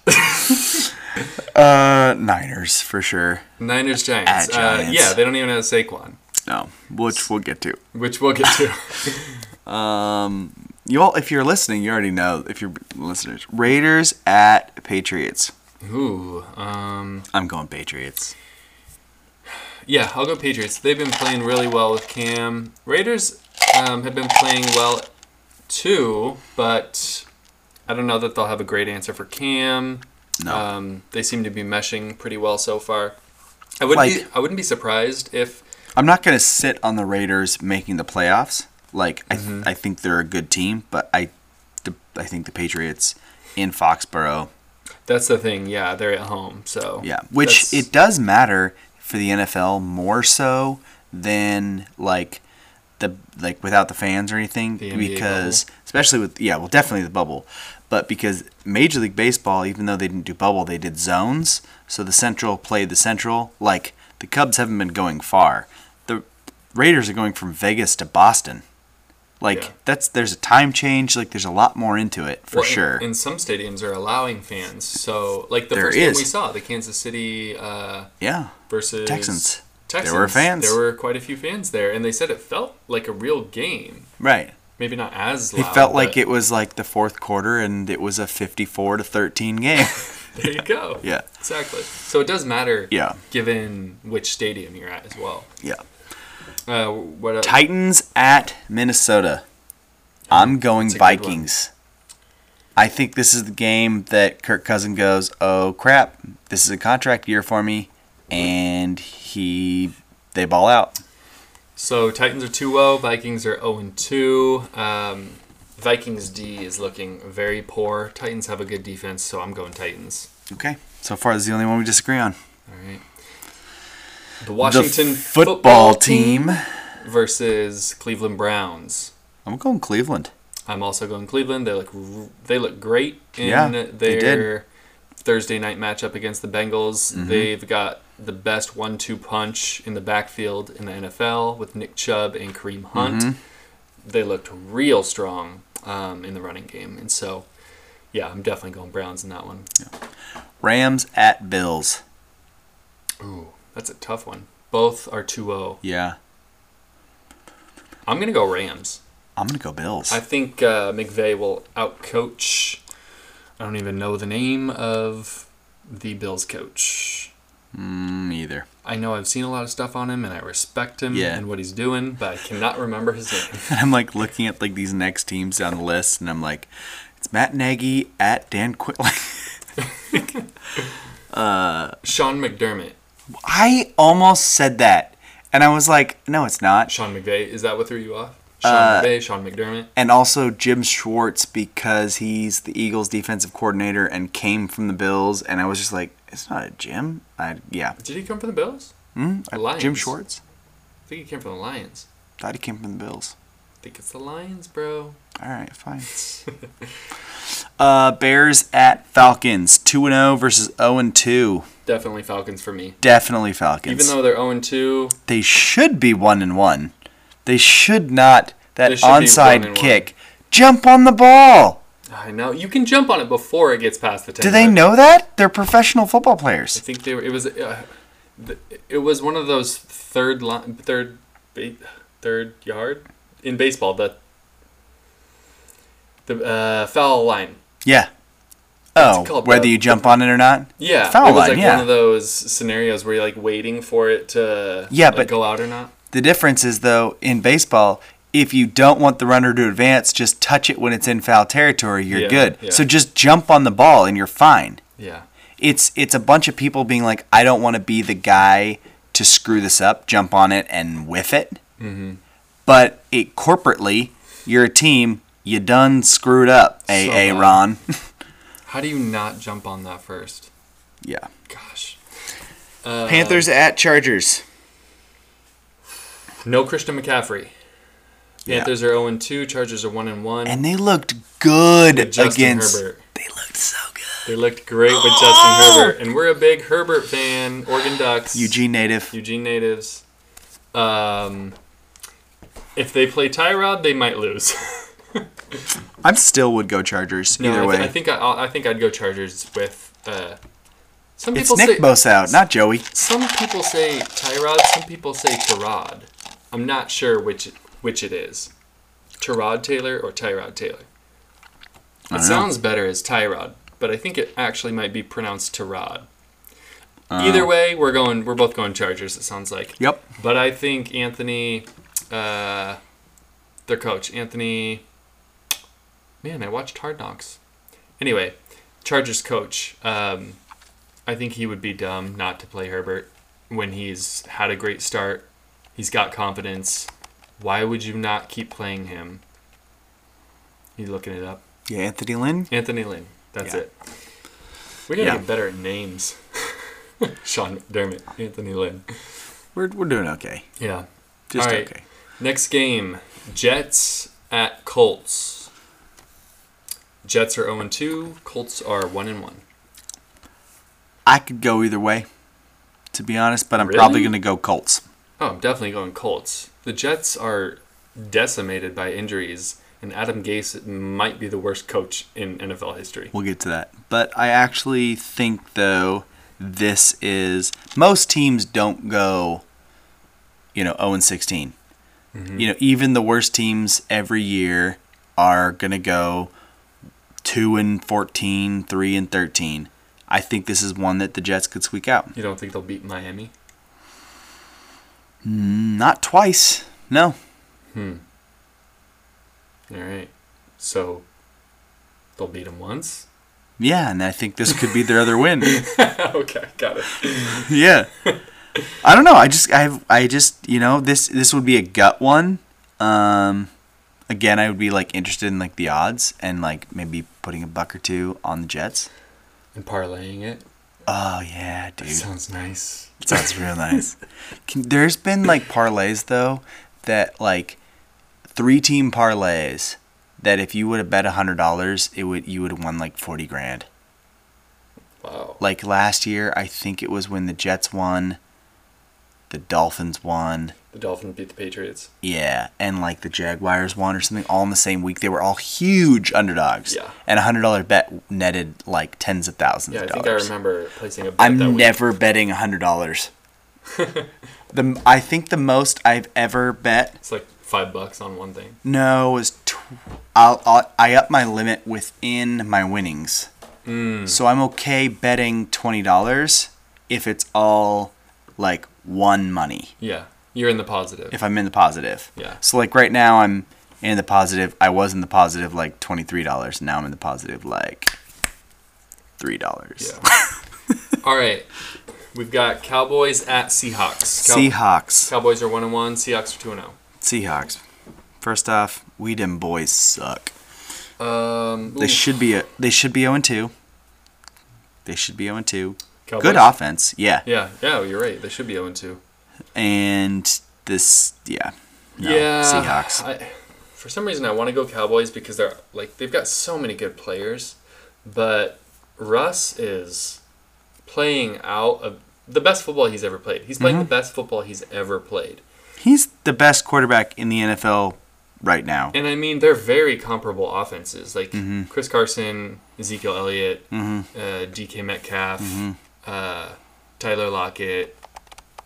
S1: uh, Niners, for sure.
S2: Niners, Giants.
S1: At
S2: Uh,
S1: Ah, Giants.
S2: yeah, they don't even have Saquon,
S1: No, which we'll get to.
S2: which we'll get to.
S1: Um, you all, if you're listening, you already know. If you're listeners, Raiders at Patriots.
S2: Ooh. Um,
S1: I'm going Patriots.
S2: yeah, I'll go Patriots. They've been playing really well with Cam. Raiders um, have been playing well too, but I don't know that they'll have a great answer for Cam.
S1: No,
S2: Um, they seem to be meshing pretty well so far. I wouldn't be, I wouldn't be surprised if
S1: I'm not gonna sit on the Raiders making the playoffs. Like I, I think they're a good team, but I, the, I think the Patriots in Foxborough
S2: that's the thing. Yeah, they're at home, so
S1: Yeah, which
S2: that's-
S1: it does matter for the NFL more so than like the like without the fans or anything
S2: The NBA
S1: because especially with yeah, well definitely the bubble. But because Major League Baseball even though they didn't do bubble, they did zones. So the Central played the Central like the Cubs haven't been going far. The Raiders are going from Vegas to Boston. Like
S2: Yeah.
S1: that's there's a time change, like there's a lot more into it for
S2: Well, and-
S1: sure.
S2: And some stadiums are allowing fans. So, like the
S1: There
S2: first one
S1: is.
S2: we saw, the Kansas City uh,
S1: yeah.
S2: versus
S1: Texans.
S2: Texans.
S1: were fans.
S2: There were quite a few fans there, and they said it felt like a real game.
S1: Right.
S2: Maybe not as
S1: It
S2: loud.
S1: felt like
S2: but
S1: it was like the fourth quarter and it was a 54 to 13 game.
S2: There you go.
S1: yeah.
S2: Exactly. So it does matter.
S1: Yeah.
S2: Given which stadium you're at as well.
S1: Yeah.
S2: Uh, what else?
S1: Titans at Minnesota. I'm going
S2: that's a good one.
S1: Vikings. I think this is the game that Kirk Cousin goes, "Oh crap, this is a contract year for me." And he they ball out.
S2: So Titans are 2-0, Vikings are 0-2. Um, Vikings D is looking very poor. Titans have a good defense, so I'm going Titans.
S1: Okay. So far, this is the only one we disagree on.
S2: All right. The Washington
S1: the football team.
S2: versus Cleveland Browns.
S1: I'm going Cleveland.
S2: I'm also going Cleveland. They look r- they look great in
S1: Yeah, they
S2: their Thursday night matchup against the Bengals.
S1: Mm-hmm.
S2: They've got the best one-two punch in the backfield in the NFL with Nick Chubb and Kareem Hunt.
S1: Mm-hmm.
S2: They looked real strong um, in the running game, and so yeah, I'm definitely going Browns in that one.
S1: Rams at Bills.
S2: Ooh, that's a tough one. Both are 2-0.
S1: Yeah.
S2: I'm gonna go Rams.
S1: I'm going to go Bills.
S2: I think uh, McVay will outcoach. I don't even know the name of the Bills coach.
S1: mm, either.
S2: I know I've seen a lot of stuff on him, and I respect him
S1: Yeah.
S2: and what he's doing, but I cannot remember his name.
S1: And I'm like looking at like these next teams down the list, and I'm like, it's Matt Nagy at Dan Quitling.
S2: Sean McDermott.
S1: I almost said that, and I was like, no, it's not.
S2: Sean McVay. Is that what threw you off? Sean
S1: Uh,
S2: McVay. Sean McDermott.
S1: And also Jim Schwartz because he's the Eagles' defensive coordinator and came from the Bills, and I was just like, it's not a Jim. I yeah,
S2: Did he come from the Bills?
S1: Hmm? I-
S2: Lions.
S1: Jim Schwartz.
S2: I think he came from the Lions.
S1: Thought he came from the Bills.
S2: I think it's the Lions, bro.
S1: All right, fine. uh, Bears at Falcons, two and zero versus zero and two.
S2: Definitely Falcons for me.
S1: Definitely Falcons.
S2: Even though they're 0 2,
S1: they should be one and one. They should not that
S2: They should be one
S1: onside
S2: and
S1: kick. Jump on the ball.
S2: I know. You can jump on it before it gets past the 10
S1: Do they
S2: yard
S1: know that? They're professional football
S2: I
S1: players.
S2: think they were. It was. Uh, th- it was one of those third line, third, ba- third yard in baseball. The the uh, foul line.
S1: Yeah.
S2: That's
S1: Oh,
S2: called
S1: whether
S2: the-
S1: you jump on it or not?
S2: Yeah,
S1: Foul
S2: it was
S1: line,
S2: like
S1: yeah.
S2: one of those scenarios where you're like waiting for it to
S1: Yeah,
S2: like,
S1: but-
S2: go out or not.
S1: The difference is though in baseball, if you don't want the runner to advance, just touch it when it's in foul territory, you're
S2: Yeah,
S1: good.
S2: yeah.
S1: So just jump on the ball and you're fine.
S2: Yeah,
S1: It's it's a bunch of people being like, I don't want to be the guy to screw this up, jump on it and whiff it.
S2: Mm-hmm.
S1: but it corporately, you're a team. You done screwed up,
S2: So
S1: AA
S2: bad.
S1: Ron.
S2: how do you not jump on that first?
S1: yeah.
S2: Gosh. Uh,
S1: Panthers at Chargers.
S2: No Christian McCaffrey.
S1: Yeah.
S2: Panthers are zero and two. Chargers are one and one.
S1: And they looked good
S2: With Justin
S1: against.
S2: Herbert.
S1: They looked so good.
S2: They looked great with Justin
S1: Oh!
S2: Herbert, and we're a big Herbert fan. Oregon Ducks,
S1: Eugene native.
S2: Eugene natives. Um, if they play Tyrod, they might lose.
S1: I still would go Chargers
S2: No,
S1: either
S2: I,
S1: way.
S2: th- I think I, I think I'd go Chargers with. Uh, some
S1: it's
S2: people
S1: Nick
S2: say
S1: Bosa out, not Joey.
S2: some people say Tyrod, some people say Tyrod. I'm not sure which which it is, Tyrod Taylor or Tyrod Taylor.
S1: I
S2: It
S1: don't know.
S2: sounds better as Tyrod, but I think it actually might be pronounced Tyrod.
S1: Uh,
S2: Either way, we're going. We're both going Chargers. It sounds like.
S1: Yep.
S2: But I think Anthony, uh, their coach, Anthony. Man, I watched Hard Knocks. Anyway, Chargers coach. Um, I think he would be dumb not to play Herbert when he's had a great start. He's got confidence. Why would you not keep playing him? You looking it up?
S1: Yeah, Anthony Lynn.
S2: Anthony Lynn. That's
S1: Yeah.
S2: it. We gotta
S1: Yeah.
S2: get better at names. Sean McDermott, Anthony Lynn.
S1: We're, we're doing okay.
S2: Yeah.
S1: Just
S2: All right.
S1: okay.
S2: Next game Jets at Colts. Jets are 0 2, Colts are 1 1.
S1: I could go either way, to be honest, but I'm
S2: Really?
S1: probably going to go Colts.
S2: Oh, I'm definitely going Colts. The Jets are decimated by injuries, and Adam Gase might be the worst coach in NFL history.
S1: We'll get to that. But I actually think, though, this is most teams don't go, you know, 0 and 16. You know, even the worst teams every year are going to go 2 and 14, 3 and 13. I think this is one that the Jets could squeak out.
S2: You don't think they'll beat Miami?
S1: Not twice. No.
S2: All right. So they'll beat them once?
S1: Yeah, and I think this could be their other win.
S2: okay, got it.
S1: yeah. I don't know. I just I have I just you know this this would be a gut one. Um, again, I would be like interested in like the odds and like maybe putting a buck or two on the Jets.
S2: And parlaying it.
S1: Oh yeah, dude,
S2: Sounds nice.
S1: sounds real nice. Can, there's been like parlays though that like three team parlays that if you would have bet a hundred dollars, it would you would have won like forty grand.
S2: Wow.
S1: Like last year, I think it was when the Jets won, the Dolphins won.
S2: The Dolphins beat the Patriots.
S1: Yeah, and like the Jaguars won or something all in the same week. They were all huge underdogs.
S2: Yeah.
S1: And a hundred dollar bet netted like tens of thousands
S2: Yeah, I
S1: of
S2: think I
S1: dollars.
S2: remember placing a bet that
S1: I'm
S2: week.
S1: never betting a hundred dollars. the I think the most I've ever bet
S2: It's like five bucks on one thing.
S1: no was tw- I'll, I'll I up my limit within my winnings.
S2: Mm.
S1: So I'm okay betting twenty dollars if it's all like one money.
S2: Yeah, you're in the positive.
S1: if I'm in the positive.
S2: Yeah.
S1: So like right now I'm in the positive. I was in the positive like twenty three dollars. Now I'm in the positive like three dollars.
S2: yeah. All right, we've got Cowboys at Seahawks. Cow-
S1: Seahawks.
S2: Cowboys are one and one. Seahawks are two and zero.
S1: Seahawks. First off, we them boys suck.
S2: Um,
S1: They
S2: ooh,
S1: should be a, they should be 0 and 2. They should be 0 and 2.
S2: Cowboys.
S1: Good offense. Yeah.
S2: Yeah, yeah, you're right. They should be zero and two.
S1: And this yeah. No,
S2: yeah.
S1: Seahawks.
S2: I, for some reason, I want to go Cowboys because they're like they've got so many good players, but Russ is playing out of the best football he's ever played. He's
S1: Mm-hmm.
S2: playing the best football he's ever played.
S1: He's the best quarterback in the NFL right now.
S2: And I mean, they're very comparable offenses. Like
S1: Mm-hmm.
S2: Chris Carson, Ezekiel Elliott, uh, DK Metcalf,
S1: Mm-hmm.
S2: uh, Tyler Lockett,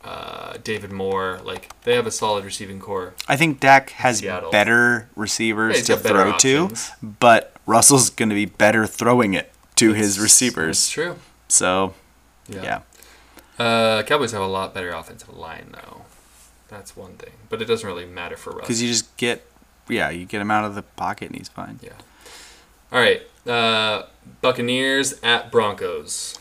S2: uh, David Moore. Like they have a solid receiving core.
S1: I think Dak has
S2: Seattle.
S1: better
S2: Yeah,
S1: receivers
S2: he's
S1: to
S2: got better
S1: throw
S2: options.
S1: to, but Russell's going to be better throwing it to his
S2: It's
S1: receivers.
S2: true.
S1: So, yeah.
S2: Uh, Cowboys have a lot better offensive line though. That's one thing, but it doesn't really matter for Russ.
S1: Cuz you just get yeah, you get him out of the pocket and he's fine.
S2: yeah. All right. Uh, Buccaneers at Broncos.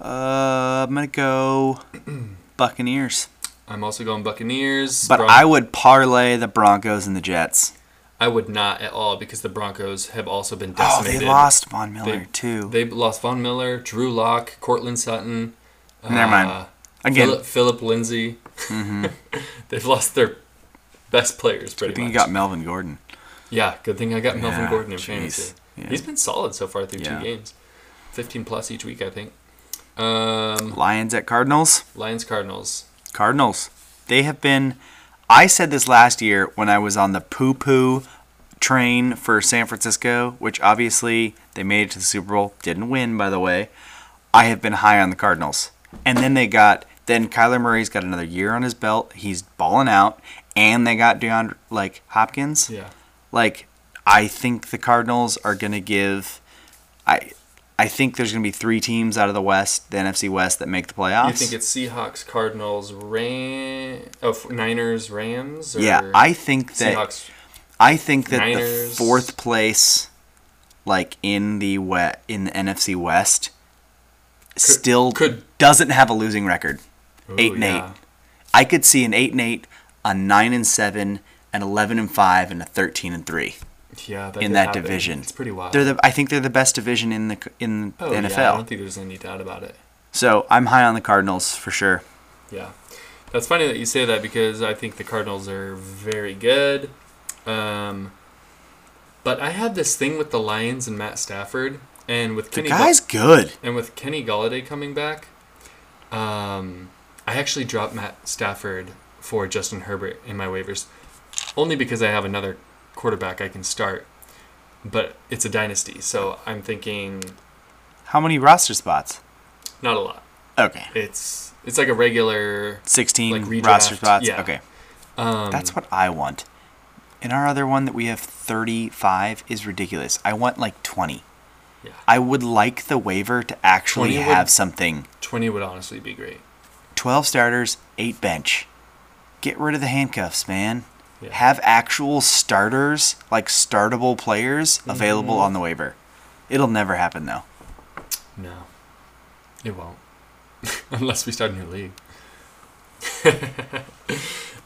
S1: Uh, I'm going to go Buccaneers.
S2: I'm also going Buccaneers.
S1: But
S2: Bron-
S1: I would parlay the Broncos and the Jets.
S2: I would not at all because the Broncos have also been
S1: Oh,
S2: decimated.
S1: they lost Von Miller
S2: They-
S1: too.
S2: They lost Von Miller, Drew Locke, Cortland Sutton. uh,
S1: Never mind. Again, Mm-hmm.
S2: Philip, Philip Lindsay. They've lost their best players.
S1: good
S2: Pretty
S1: thing
S2: much.
S1: you got Melvin Gordon.
S2: yeah, good thing I got Melvin
S1: Yeah,
S2: Gordon in
S1: jeez.
S2: fantasy.
S1: Yeah.
S2: He's been solid so far through
S1: Yeah.
S2: two games, fifteen plus each week, I think. Um,
S1: Lions at Cardinals?
S2: Lions Cardinals.
S1: Cardinals. They have been. I said this last year when I was on the poo poo train for San Francisco, which obviously they made it to the Super Bowl, didn't win, by the way. I have been high on the Cardinals. And then they got. Then Kyler Murray's got another year on his belt. He's balling out. And they got DeAndre, like Hopkins.
S2: Yeah.
S1: Like, I think the Cardinals are going to give. I. I think there's going to be three teams out of the West, the NFC West, that make the playoffs.
S2: You think it's Seahawks, Cardinals, Ram, oh, f- Niners, Rams? Or
S1: Yeah, I think that
S2: Seahawks.
S1: I think that the
S2: Niners.
S1: fourth place, like in the we- in the NFC West, still
S2: could-
S1: doesn't have a losing record.
S2: Ooh,
S1: eight and
S2: yeah.
S1: eight. I could see an eight and eight, a nine and seven, an eleven and five, and a thirteen and three
S2: Yeah, that
S1: in
S2: could
S1: that
S2: happen.
S1: division.
S2: It's pretty wild.
S1: They're the I think they're the best division in the c- in
S2: oh,
S1: the
S2: yeah,
S1: NFL.
S2: I don't think there's any doubt about it.
S1: so I'm high on the Cardinals for sure.
S2: Yeah. That's funny that you say that because I think the Cardinals are very good. Um, but I had this thing with the Lions and Matt Stafford and with
S1: The
S2: Kenny
S1: guy's good.
S2: and with Kenny Galladay coming back, um, I actually dropped Matt Stafford for Justin Herbert in my waivers, only because I have another quarterback I can start. But it's a dynasty, so I'm thinking
S1: How many roster spots?
S2: not a lot.
S1: Okay,
S2: It's it's like a regular.
S1: sixteen
S2: Like redraft,
S1: roster spots.
S2: yeah.
S1: Okay.
S2: Um,
S1: That's what I want. And our other one that we have 35 is ridiculous. I want like 20.
S2: Yeah.
S1: I would like the waiver to actually
S2: 20 would-
S1: have something.
S2: twenty would honestly be great.
S1: 12 starters, 8 bench. Get rid of the handcuffs, man.
S2: Yeah.
S1: Have actual starters, like startable players,
S2: Mm-hmm.
S1: available on the waiver. It'll never happen though.
S2: No, it won't, unless we start a new league.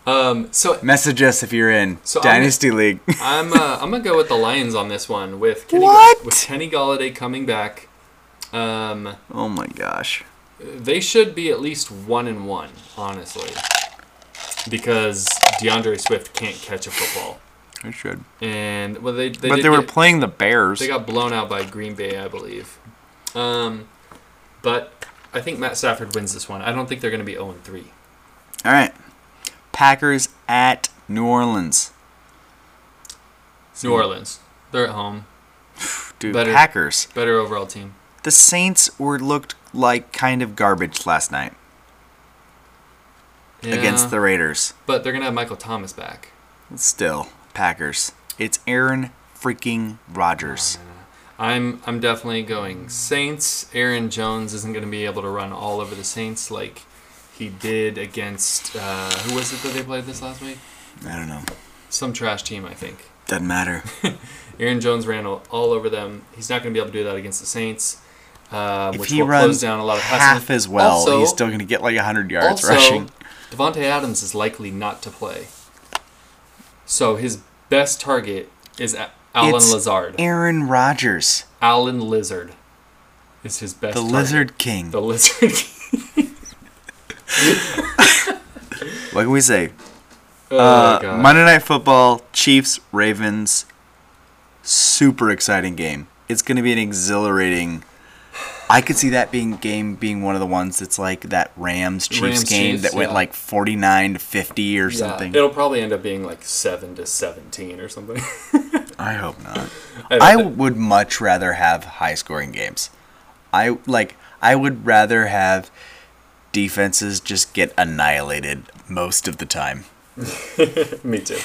S2: um, so
S1: Message us if you're in
S2: So I'm-
S1: Dynasty League.
S2: I'm uh, I'm gonna go with the Lions on this one with Kenny,
S1: What?
S2: with Kenny Galladay coming back. Um,
S1: oh my gosh.
S2: they should be at least one and one, honestly, because DeAndre Swift can't catch a football,
S1: I should.
S2: and well they they,
S1: but
S2: did
S1: they were
S2: get-
S1: playing the Bears.
S2: they got blown out by Green Bay, I believe. Um, but I think Matt Stafford wins this one. I don't think they're gonna be zero and three.
S1: All right. Packers at New Orleans.
S2: New Orleans, they're at home,
S1: Dude,
S2: Better-
S1: Packers.
S2: better overall team.
S1: The Saints were looked like kind of garbage last night against
S2: Yeah,
S1: the Raiders.
S2: but they're gonna have Michael Thomas back.
S1: Still, Packers. It's Aaron freaking Rodgers.
S2: I'm I'm definitely going Saints. Aaron Jones isn't going to be able to run all over the Saints like he did against uh, who was it that they played this last week?
S1: I don't know.
S2: Some trash team, I think.
S1: Doesn't matter.
S2: Aaron Jones ran all all over them. He's not going to be able to do that against the Saints, uh,
S1: if
S2: which
S1: he
S2: will close
S1: runs
S2: down a lot of
S1: half
S2: passes.
S1: as well,
S2: Also-
S1: he's still going to get like 100 yards
S2: also,
S1: rushing.
S2: Devonte Adams is likely not to play, so his best target is A- Alan
S1: It's
S2: Lazard.
S1: Aaron Rodgers,
S2: Alan Lizard is his best.
S1: the
S2: target.
S1: Lizard King.
S2: The lizard.
S1: What can we say?
S2: oh,
S1: Uh,
S2: God.
S1: Monday Night Football, Chiefs, Ravens. Super exciting game. It's going to be an exhilarating. I could see that being game being one of the ones that's like that Rams Chiefs
S2: Rams,
S1: game
S2: Chiefs,
S1: that went
S2: yeah.
S1: like 49 to 50 or
S2: Yeah,
S1: something.
S2: It'll probably end up being like seven to seventeen or something.
S1: I hope not.
S2: I,
S1: I would much rather have high scoring games. I like I would rather have defenses just get annihilated most of the time.
S2: me too.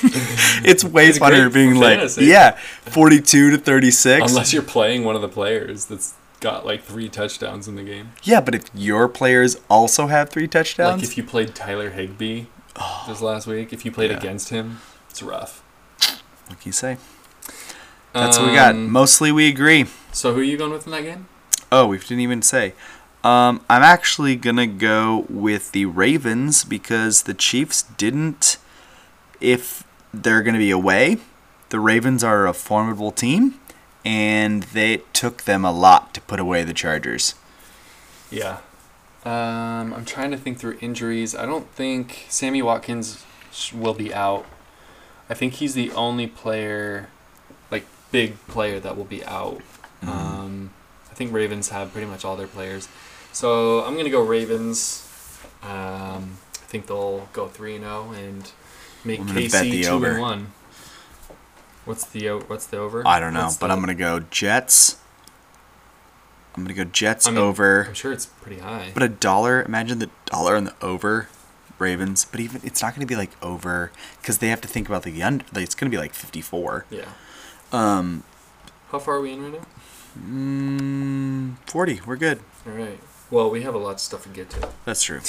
S1: It's way
S2: It's
S1: funner
S2: great
S1: being
S2: for
S1: like
S2: fantasy.
S1: yeah, 42 to 36.
S2: Unless you're playing one of the players that's got like three touchdowns in the game.
S1: Yeah, but if your players also have three touchdowns,
S2: Like if you played Tyler Higbee this last week, if you played
S1: Oh. Yeah.
S2: against him, it's rough.
S1: what can you say? That's what we got.
S2: Um,
S1: Mostly we agree.
S2: So who are you going with in that game?
S1: Oh, we didn't even say. Um, I'm actually gonna go with the Ravens because the Chiefs didn't. If they're gonna be away, the Ravens are a formidable team, and they it took them a lot to put away the Chargers.
S2: Yeah. Um, I'm trying to think through injuries. I don't think Sammy Watkins sh- will be out. I think he's the only player, like big player, that will be out.
S1: Mm-hmm.
S2: Um, I think Ravens have pretty much all their players. So I'm going to go Ravens. Um, I think they'll go three and zero and make
S1: I'm gonna bet
S2: KC
S1: the
S2: two
S1: over.
S2: and one. What's the o- what's the over?
S1: I don't know,
S2: What's
S1: but
S2: the-
S1: I'm gonna go Jets. I'm gonna go Jets
S2: I mean,
S1: over.
S2: I'm sure it's pretty high.
S1: But a dollar, imagine the dollar and the over Ravens, but even it's not going to be like over cuz they have to think about the under, like, it's going to be like 54.
S2: yeah.
S1: Um
S2: How far are we in right now?
S1: mm, 40. We're good.
S2: All right. Well, we have a lot of stuff to get to.
S1: That's true.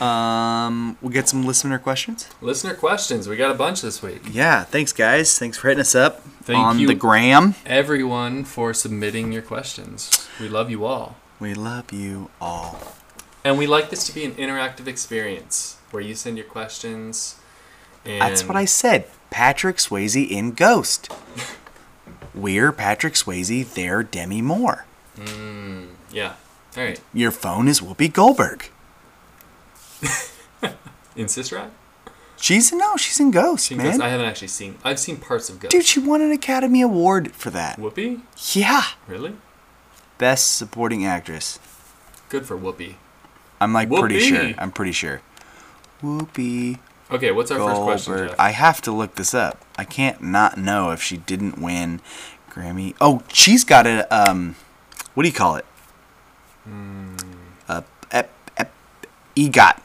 S1: um we'll get some listener questions.
S2: Listener questions. We got a bunch this week.
S1: Yeah, thanks guys. Thanks for hitting us up
S2: Thank
S1: on
S2: you.
S1: the gram.
S2: Everyone for submitting your questions. We love you all.
S1: We love you all.
S2: And we like this to be an interactive experience where you send your questions. And
S1: That's what I said. Patrick Swayze in Ghost. We're Patrick Swayze, they're Demi Moore.
S2: Yeah. All right.
S1: Your phone is Whoopi Goldberg.
S2: Insist, right?
S1: She's no, she's in Ghost,
S2: She
S1: man.
S2: goes, I haven't actually seen. I've seen parts of Ghost.
S1: Dude, she won an Academy Award for that.
S2: Whoopi?
S1: Yeah,
S2: Really?
S1: best supporting actress.
S2: Good for Whoopi.
S1: I'm like pretty sure.
S2: Whoopi.
S1: I'm pretty sure. Whoopi
S2: Okay, what's our first question,
S1: Goldberg.
S2: Jeff?
S1: I have to look this up. I can't not know if she didn't win Grammy. Oh, she's got a um, what do you call it?
S2: Hmm.
S1: Uh, ep, ep, EGOT,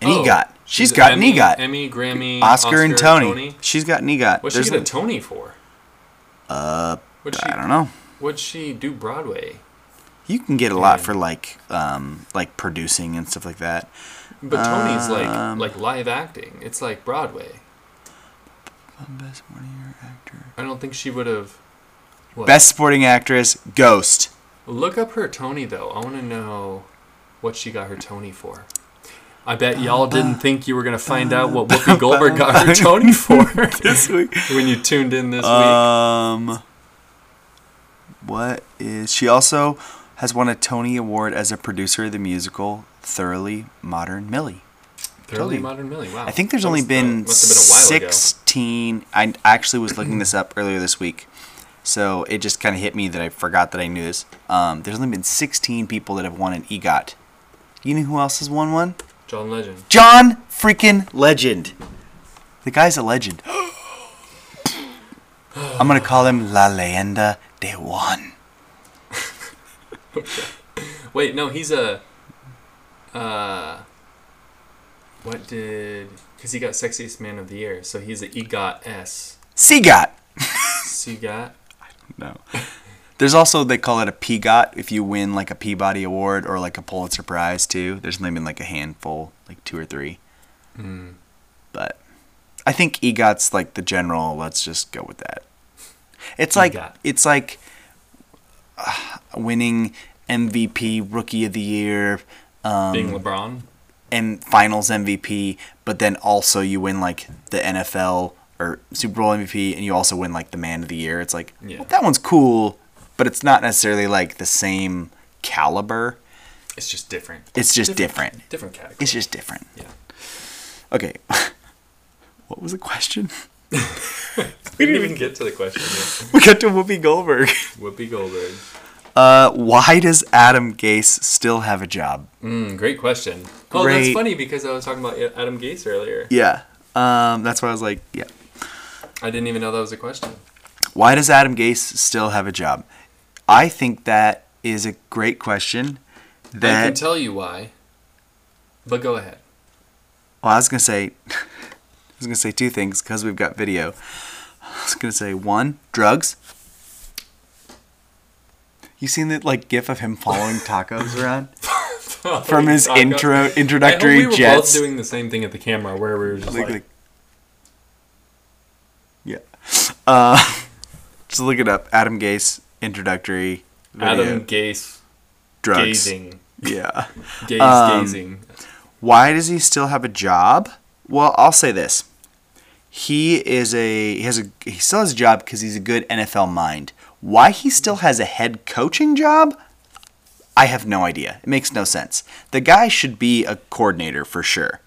S1: an
S2: Oh,
S1: EGOT.
S2: she's
S1: she's got
S2: Emmy,
S1: an EGOT.
S2: Emmy, Grammy,
S1: Oscar, and Tony. She's got an EGOT.
S2: What'd
S1: There's
S2: she get a
S1: a-
S2: Tony for?
S1: uh,
S2: What'd she,
S1: I don't know.
S2: What'd she do Broadway?
S1: You can get a lot
S2: Yeah.
S1: for like um like producing and stuff like that.
S2: But Tony's
S1: Um,
S2: like like live acting. It's like Broadway.
S1: Best supporting actor.
S2: I don't think she would have. What?
S1: Best supporting actress, Ghost.
S2: Look up her Tony though. I want to know what she got her Tony for. I bet y'all didn't think you were gonna find out what Whoopi Goldberg got her Tony for
S1: This week.
S2: when you tuned in this week.
S1: Um What is she also has won a Tony Award as a producer of the musical Thoroughly Modern Millie.
S2: Thoroughly
S1: totally.
S2: Modern Millie. Wow.
S1: I think there's
S2: That
S1: only
S2: was- that
S1: been,
S2: must have been a while ago.
S1: 16. I actually was looking this up earlier this week, so it just kind of hit me that I forgot that I knew this. Um, there's only been 16 people that have won an EGOT. You know who else has won one?
S2: John Legend.
S1: John freaking Legend. The guy's a legend. I'm gonna call him La Leyenda de Juan.
S2: Wait, no, he's a. Uh, what did? Because he got sexiest man of the year, so he's an EGOT S.
S1: Seagot.
S2: So you got
S1: No. There's also they call it a PGOT if you win like a Peabody Award or like a Pulitzer Prize too. There's only been like a handful, like two or three. But I think E EGOT's like the general. Let's just go with that. It's like
S2: EGOT.
S1: it's like uh, winning MVP, Rookie of the Year, um,
S2: being LeBron.
S1: and Finals MVP, but then also you win like the NFL or Super Bowl MVP, and you also win like the Man of the Year. It's like
S2: Yeah.
S1: well, that one's cool, but it's not necessarily like the same caliber.
S2: It's just different.
S1: It's just different.
S2: Different category.
S1: It's just different.
S2: yeah.
S1: Okay, what was the question?
S2: We didn't even get to the question. Yet.
S1: We got to Whoopi Goldberg.
S2: Whoopi Goldberg.
S1: Uh, why does Adam Gase still have a job?
S2: Mm, great question. Oh, that's
S1: Great.
S2: funny because I was talking about Adam Gase earlier.
S1: Yeah, um, that's why I was like, yeah.
S2: I didn't even know that was a question.
S1: Why does Adam Gase still have a job? I think that is a great question.
S2: I
S1: That
S2: can tell you why, but go ahead.
S1: Well, I was gonna say, I was gonna say two things because we've got video. I was gonna say one, drugs. You seen that like GIF of him following tacos around from his
S2: Taco.
S1: intro
S2: I hope
S1: introductory
S2: we were
S1: jets?
S2: both doing the same thing at the camera where we were just
S1: Like-
S2: like,
S1: like- yeah. Uh, just look it up. Adam Gase introductory video.
S2: Adam Gase
S1: drugs.
S2: gazing,
S1: Yeah.
S2: gaze
S1: Um,
S2: gazing.
S1: Why does he still have a job? Well, I'll say this. He is a he has a he still has a job because he's a good NFL mind. Why he still has a head coaching job? I have no idea. It makes no sense. The guy should be a coordinator for sure.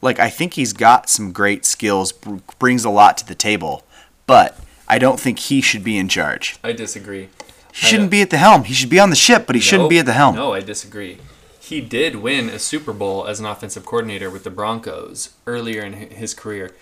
S1: Like I think he's got some great skills, br- brings a lot to the table, but I don't think he should be in charge.
S2: I disagree.
S1: He shouldn't be at the helm. He should be on the ship, but he shouldn't
S2: Nope.
S1: be at the helm.
S2: No, I disagree. He did win a Super Bowl as an offensive coordinator with the Broncos earlier in hi- his career,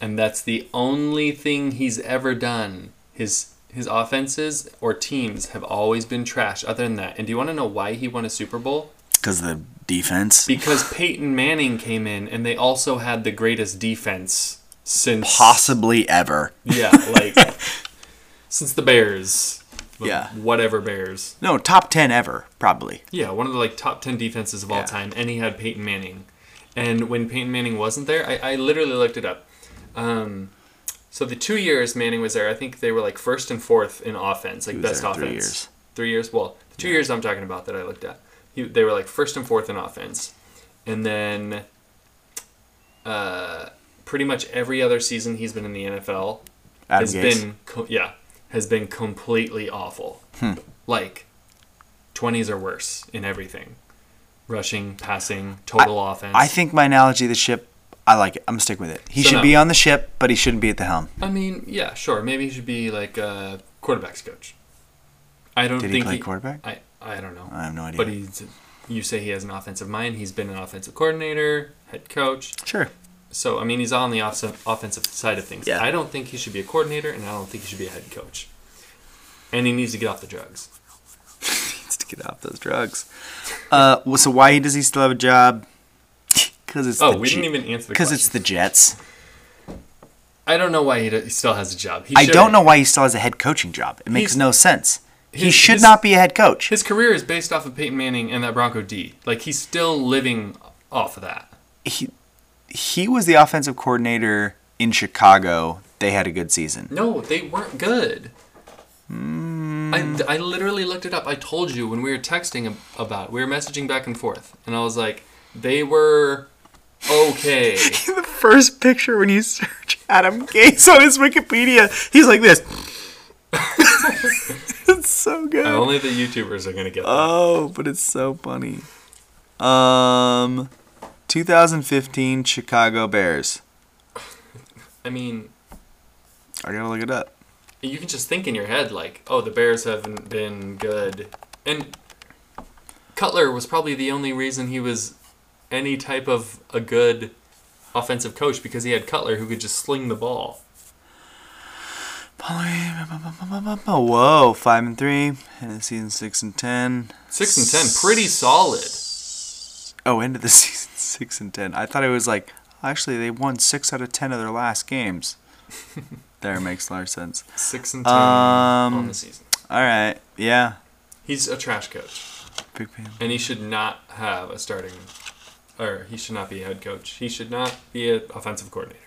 S2: and that's the only thing he's ever done. His his offenses or teams have always been trash. Other than that, and do you want to know why he won a Super Bowl?
S1: Because of the defense.
S2: Because Peyton Manning came in, and they also had the greatest defense since
S1: Possibly ever.
S2: yeah, like since the Bears.
S1: Yeah.
S2: Whatever Bears.
S1: No, top 10 ever, probably.
S2: Yeah, one of the like top ten defenses of all
S1: Yeah.
S2: time, and he had Peyton Manning. And when Peyton Manning wasn't there, I, I literally looked it up. Um, so the two years Manning was there, I think they were like first and fourth in offense, like
S1: was
S2: best
S1: there
S2: offense.
S1: three years.
S2: Three years. Well, the two years I'm talking about that I looked at, he, they were like first and fourth in offense, and then uh, pretty much every other season he's been in the NFL,
S1: Adam
S2: has
S1: Gase.
S2: been co- yeah has been completely awful.
S1: Hmm.
S2: Like twenties or worse in everything, rushing, passing, total offense.
S1: I think my analogy of the ship, I like it. I'm going to stick with it. He
S2: So
S1: should
S2: no.
S1: be on the ship, but he shouldn't be at the helm.
S2: I mean, yeah, sure. Maybe he should be like a quarterbacks coach. I don't
S1: Did he
S2: think
S1: play quarterback?
S2: I I don't know.
S1: I have no idea.
S2: But he's you say he has an offensive mind. He's been an offensive coordinator, head coach.
S1: Sure.
S2: So I mean, he's on the offensive offensive side of things.
S1: Yeah.
S2: I don't think he should be a coordinator, and I don't think he should be a head coach. And he needs to get off the drugs.
S1: needs to get off those drugs. Uh, well, so why does he still have a job? Because it's
S2: Oh,
S1: the
S2: we didn't even answer the
S1: because
S2: question.
S1: it's the Jets.
S2: I don't know why he, d- he still has a job. He
S1: I
S2: should.
S1: don't know why he still has a head coaching job. It makes
S2: He's-
S1: no sense. he
S2: his-
S1: should
S2: his-
S1: not be a head coach.
S2: His career is based off of Peyton Manning and that Bronco D. Like he's still living off of that.
S1: He he was the offensive coordinator in Chicago. They had a good season.
S2: No, they weren't good. I, I literally looked it up. I told you when we were texting ab- about it. We were messaging back and forth, and I was like, they were okay.
S1: The first picture when you search Adam Gates on his Wikipedia, he's like this. it's so good.
S2: Only the YouTubers are gonna get that.
S1: Oh, but it's so funny. Um, 2015 Chicago Bears.
S2: I mean,
S1: I gotta look it up.
S2: you can just think in your head like, oh, the Bears haven't been good, and Cutler was probably the only reason he was any type of a good offensive coach because he had Cutler who could just sling the ball.
S1: Whoa, five and three, and the season six and ten.
S2: Six and ten, pretty solid.
S1: Oh, end of the season six and ten. I thought it was like actually they won six out of ten of their last games. there makes large sense.
S2: Six and ten
S1: Um,
S2: on the season.
S1: All right, yeah,
S2: He's a trash coach,
S1: big fan.
S2: and he should not have a starting, or he should not be a head coach. He should not be an offensive coordinator.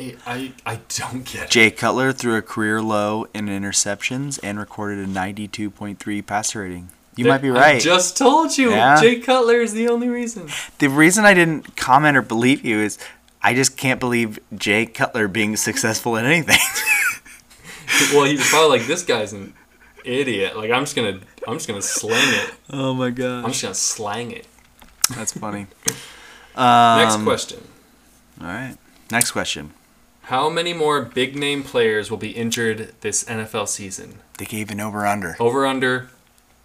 S2: I I, I don't get it.
S1: Jay Cutler threw a career low in interceptions and recorded a 92.3 passer rating. You might be
S2: I
S1: right.
S2: just told you,
S1: Yeah.
S2: Jay Cutler is the only reason.
S1: The reason I didn't comment or believe you is I just can't believe Jay Cutler being successful in anything.
S2: well, he was probably like, "This guy's an idiot. Like, I'm just gonna, I'm just gonna slang it.
S1: oh my
S2: I'm
S1: gosh.
S2: just gonna slang it."
S1: That's funny.
S2: Next
S1: Um,
S2: question:
S1: All right. Next question.
S2: How many more big name players will be injured this NFL season?
S1: They gave an over under.
S2: Over under,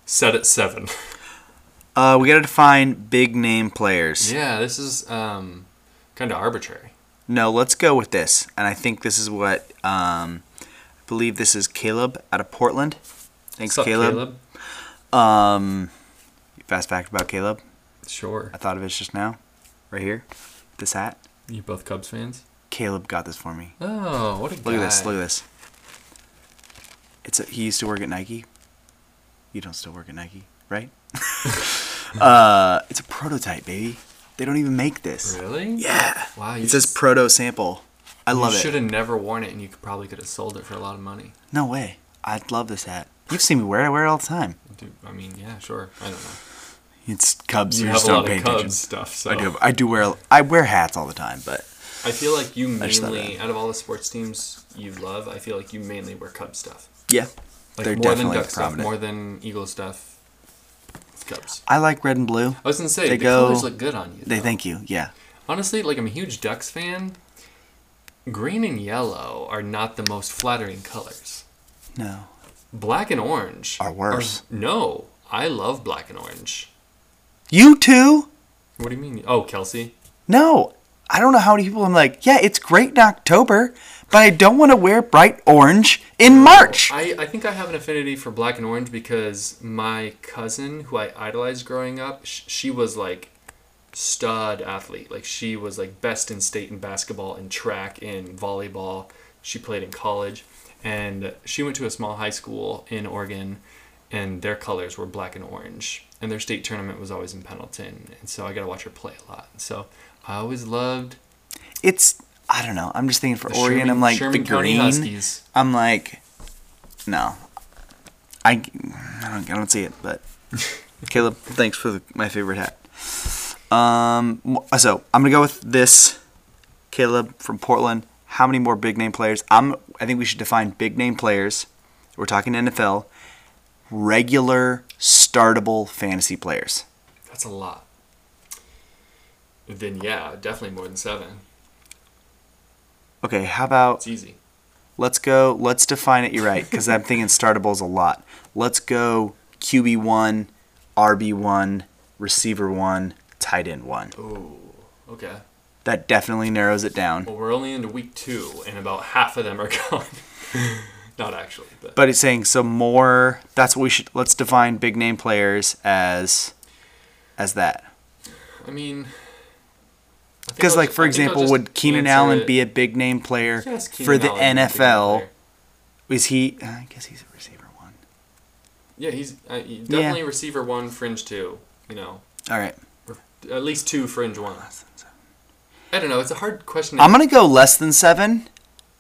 S2: set at seven.
S1: Uh, we got to define big name players.
S2: yeah, this is um, kind of arbitrary.
S1: No, let's go with this. And I think this is what um, I believe this is Caleb out of Portland. Thanks,
S2: Sup,
S1: Caleb. Um, fast fact about Caleb.
S2: Sure.
S1: I thought of it just now. Right here. This hat.
S2: You both Cubs fans?
S1: Caleb got this for me.
S2: Oh, what a
S1: Look
S2: guy.
S1: at this. Look at this. It's a, he used to work at Nike. You don't still work at Nike, right? uh, it's a prototype, baby. They don't even make this.
S2: Really?
S1: Yeah.
S2: Wow. You
S1: It says proto sample. I love
S2: you should
S1: it.
S2: have never worn it, and you could probably could have sold it for a lot of money.
S1: No way. I love this hat. You've seen me wear it. I wear it all the time.
S2: Dude, I mean, yeah, sure. I don't know.
S1: It's Cubs.
S2: You
S1: You,
S2: have
S1: just
S2: a
S1: don't
S2: lot
S1: pay
S2: of Cubs
S1: attention.
S2: stuff, so
S1: I do. I do wear. I wear hats all the time, but
S2: I feel like you
S1: I just thought
S2: mainly, out of all the sports teams you love, I feel like you mainly wear Cubs stuff.
S1: yeah,
S2: Like
S1: they're
S2: more than
S1: definitely
S2: Duck stuff,
S1: prominent.
S2: more than Eagle stuff. It's Cubs.
S1: I like red and blue.
S2: I was gonna say
S1: They
S2: the
S1: go-
S2: colors look good on you.
S1: They
S2: though.
S1: thank you. Yeah.
S2: honestly, like I'm a huge Ducks fan. Green and yellow are not the most flattering colors.
S1: No.
S2: Black and orange
S1: Are worse.
S2: no, I love black and orange.
S1: You too?
S2: What do you mean? Oh, Kelsey.
S1: No. I don't know how many people I'm like, yeah, it's great in October, but I don't want to wear bright orange in March.
S2: I, I think I have an affinity for black and orange because my cousin, who I idolized growing up, sh- she was like stud athlete. Like she was like best in state in basketball and track and volleyball. She played in college, and she went to a small high school in Oregon, and their colors were black and orange. And their state tournament was always in Pendleton, and so I got to watch her play a lot. So I always loved
S1: It's, I don't know. I'm just thinking for
S2: the
S1: Oregon,
S2: Sherman,
S1: I'm like,
S2: Sherman
S1: the
S2: County
S1: green.
S2: Huskies.
S1: I'm like, no. I, I don't I don't see it, but Caleb, thanks for the, my favorite hat. Um, wh- so I'm gonna go with this. Caleb from Portland. How many more big name players? I'm. I think we should define big name players. We're talking NFL. Regular startable fantasy players.
S2: That's a lot. Then yeah, definitely more than seven.
S1: Okay, how about
S2: It's easy.
S1: Let's go. Let's define it. You're right, because I'm thinking startables a lot. Let's go QB one, RB one, receiver one, tight end one.
S2: Ooh. Okay.
S1: That definitely narrows it down.
S2: Well, we're only into week two, and about half of them are gone. Not actually, but,
S1: But it's saying so more. That's what we should. Let's define big name players as, as that.
S2: I mean, I think
S1: Because
S2: I'll
S1: like
S2: ju-
S1: for
S2: I think I'll
S1: example,
S2: just
S1: would Keenan
S2: answer
S1: Allen
S2: it-
S1: be a big name player
S2: Yes, Keenan
S1: for the
S2: Allen would be a big
S1: NFL?
S2: player.
S1: Is he? I guess he's a receiver one.
S2: Yeah, he's uh, he- definitely receiver one, fringe two. You know,
S1: All right.
S2: at least two fringe ones. I don't know. It's a hard question. to-
S1: I'm gonna go less than seven,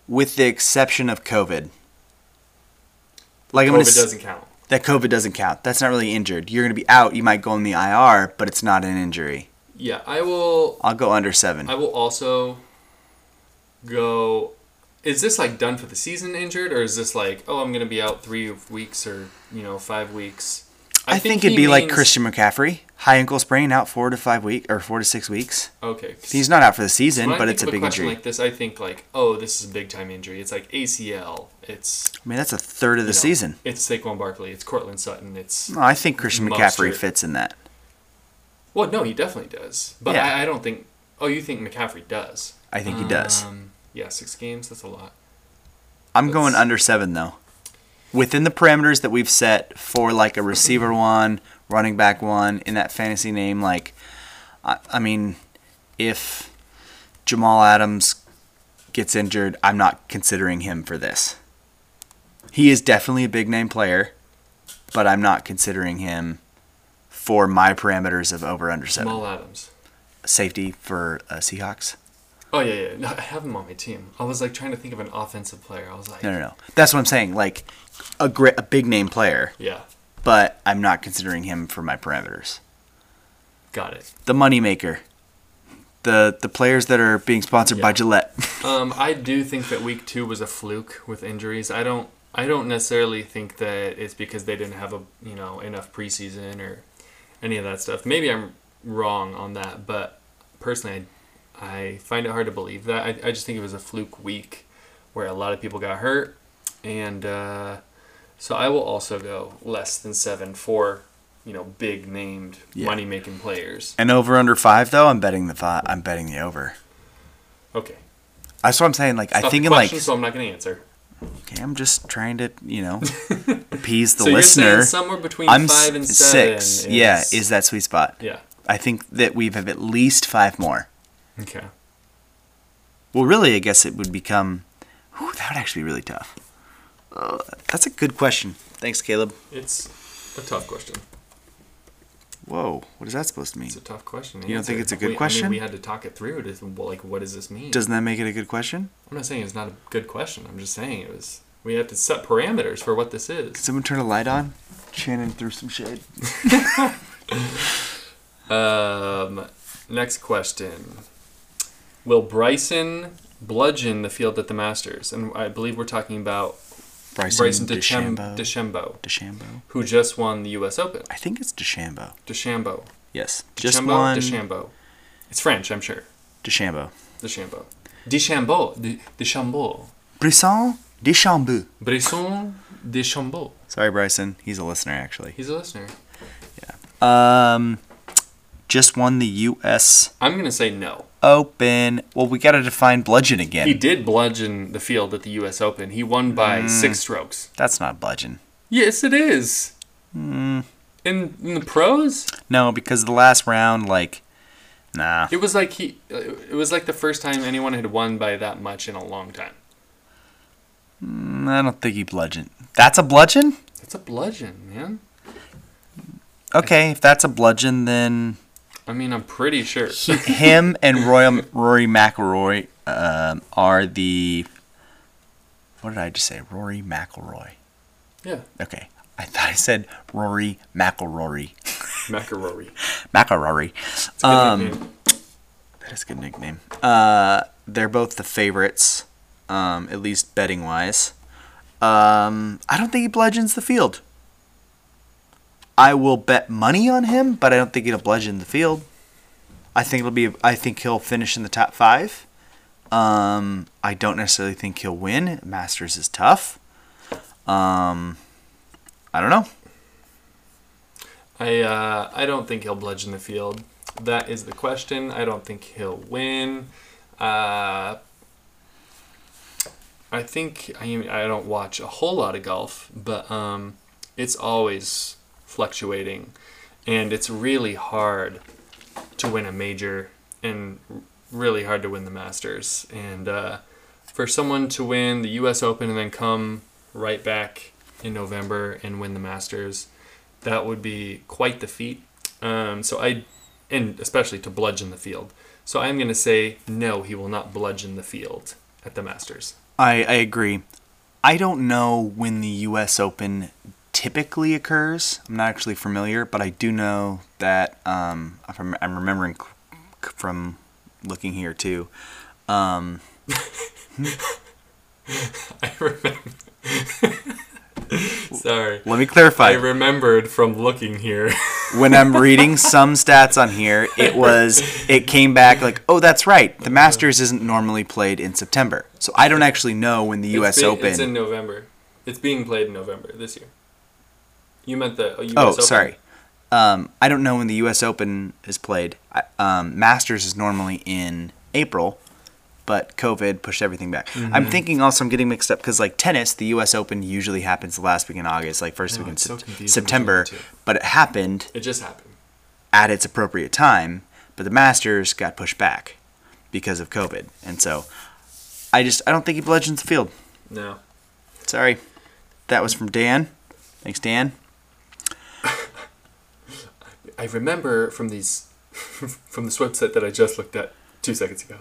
S1: with the exception of COVID. Like I'm
S2: COVID
S1: gonna s-
S2: doesn't count.
S1: that COVID doesn't count. That's not really injured. You're gonna be out. You might go in the IR, but it's not an injury.
S2: Yeah, I will.
S1: I'll go under seven.
S2: I will also go. Is this like done for the season injured, or is this like oh I'm gonna be out three weeks or you know five weeks?
S1: I, think,
S2: he
S1: it'd be like
S2: means-
S1: Christian McCaffrey, high ankle sprain, out four to five weeks or four to six weeks.
S2: Okay,
S1: He's not out for the season,
S2: When I
S1: but
S2: think
S1: it's a
S2: of
S1: big
S2: question
S1: injury.
S2: Like this, I think like oh this is a big time injury. It's like ACL. It's
S1: I mean, that's a third of the
S2: you know,
S1: season.
S2: It's Saquon Barkley. It's Cortland Sutton. It's
S1: No, I think Christian McCaffrey
S2: Mustard.
S1: fits in that.
S2: well no he definitely does, but
S1: Yeah.
S2: I, I don't think. Oh, you think McCaffrey does?
S1: I think he does.
S2: Um, yeah, six games. That's a lot.
S1: I'm going
S2: Let's-
S1: under seven though. Within the parameters that we've set for like a receiver one, running back one in that fantasy name, like, I, I mean, if Jamal Adams gets injured, I'm not considering him for this. He is definitely a big name player, but I'm not considering him for my parameters of over under seven.
S2: Jamal Adams.
S1: Safety for uh, Seahawks.
S2: Oh yeah, yeah. No, I have him on my team. I was like trying to think of an offensive player. I was like,
S1: No, no, no. That's what I'm saying. Like a great, a big name player.
S2: yeah,
S1: but I'm not considering him for my parameters.
S2: got it.
S1: The moneymaker. The the players that are being sponsored by
S2: Yeah.
S1: Gillette.
S2: Um, I do think that week two was a fluke with injuries. I don't. I don't necessarily think that it's because they didn't have a you know enough preseason or any of that stuff. Maybe I'm wrong on that, but personally, I, I find it hard to believe that. I, I just think it was a fluke week where a lot of people got hurt, and uh, so I will also go less than seven for you know big named
S1: Yeah.
S2: money making players.
S1: and over under five though, I'm betting the five. I'm betting the over.
S2: Okay,
S1: That's what I'm saying. Like
S2: It's
S1: I
S2: not
S1: think
S2: the
S1: in like
S2: question, so I'm not going to answer.
S1: okay, I'm just trying to you know appease the
S2: so
S1: listener.
S2: You're saying somewhere between
S1: I'm
S2: five and
S1: s-
S2: seven.
S1: six. Yeah, is that sweet spot?
S2: yeah.
S1: I think that we have at least five more.
S2: Okay.
S1: Well, really, I guess it would become. Ooh, that would actually be really tough. Uh, that's a good question. Thanks, Caleb.
S2: It's a tough question.
S1: Whoa, what is that supposed to mean?
S2: It's a tough question. to
S1: You don't think it's
S2: answer.
S1: a good
S2: We- I mean,
S1: question?
S2: we had to talk it through. To, well, like, what does this mean?
S1: Doesn't that make it a good question?
S2: I'm not saying it's not a good question. I'm just saying it was. We have to set parameters for what this is.
S1: Someone turn a light on. Shannon threw some shade.
S2: Um, next question. Will Bryson bludgeon the field at the Masters? And I believe we're talking about
S1: Bryson,
S2: Bryson Dechem-
S1: DeChambeau.
S2: DeChambeau,
S1: DeChambeau.
S2: who just won the U.S. Open.
S1: I think it's DeChambeau.
S2: DeChambeau.
S1: Yes. Just
S2: DeChambeau,
S1: one.
S2: DeChambeau. It's French, I'm sure.
S1: DeChambeau.
S2: DeChambeau. DeChambeau. De- DeChambeau.
S1: Brisson DeChambeau.
S2: Brisson DeChambeau.
S1: Sorry, Bryson. He's a listener, actually.
S2: He's a listener.
S1: Um, just won the U.S.
S2: I'm going to say no.
S1: Open. Well, we got to define bludgeon again.
S2: He did bludgeon the field at the U.S. Open. He won by
S1: Mm.
S2: six strokes.
S1: That's not bludgeon.
S2: Yes, it is.
S1: Mm.
S2: In, in the pros,
S1: No, because the last round, like, nah.
S2: it was like he. It was like the first time anyone had won by that much in a long time.
S1: I don't think he bludgeoned. That's a bludgeon?
S2: That's a bludgeon, man.
S1: Okay, if that's a bludgeon, then
S2: I mean, I'm pretty sure.
S1: he- him and Roy, Rory McIlroy um, are the. What did I just say? Rory McIlroy.
S2: Yeah,
S1: Okay, I thought I said Rory McIlroy.
S2: McElroy.
S1: McIlroy.
S2: It's a good
S1: Um,
S2: nickname.
S1: That is a good nickname. Uh, they're both the favorites, um, at least betting wise. Um, I don't think he bludgeons the field. I will bet money on him, but I don't think he'll bludgeon the field. I think it'll be. I think he'll finish in the top five. Um, I don't necessarily think he'll win. Masters is tough. Um, I don't know.
S2: I uh, I don't think he'll bludgeon the field. That is the question. I don't think he'll win. Uh, I think I mean, I don't watch a whole lot of golf, but um, it's always fluctuating, and it's really hard to win a major and really hard to win the Masters. And uh, for someone to win the U.S. Open and then come right back in November and win the Masters, that would be quite the feat. Um, so I, and especially to bludgeon the field. So I'm going to say no, he will not bludgeon the field at the Masters.
S1: I, I agree. I don't know when the U.S. Open typically occurs. I'm not actually familiar, but I do know that um, if I'm, I'm remembering c- c- from looking here too. Um,
S2: I remember. Sorry.
S1: let me
S2: I
S1: clarify.
S2: remembered from looking here.
S1: when I'm reading some stats on here, it was it came back like, oh, that's right. The Masters isn't normally played in September, so I don't actually know when the U.S.
S2: It's be-
S1: Open.
S2: It's in November. It's being played in November this year. You meant the oh, US
S1: Oh,
S2: Open.
S1: sorry. Um, I don't know when the U.S. Open is played. I, um, Masters is normally in April, but COVID pushed everything back. I'm
S2: Mm-hmm.
S1: thinking also I'm getting mixed up because like tennis, the U.S. Open usually happens the last week in August, like first
S2: No,
S1: week in
S2: it's Oh, so
S1: Sep-
S2: confusing between
S1: September,
S2: the two.
S1: but it happened
S2: It just happened.
S1: at its appropriate time. But the Masters got pushed back because of COVID, and so I just I don't think he bludgeons the field.
S2: No.
S1: Sorry, that was from Dan. Thanks, Dan.
S2: I remember from these from this website that I just looked at two seconds ago.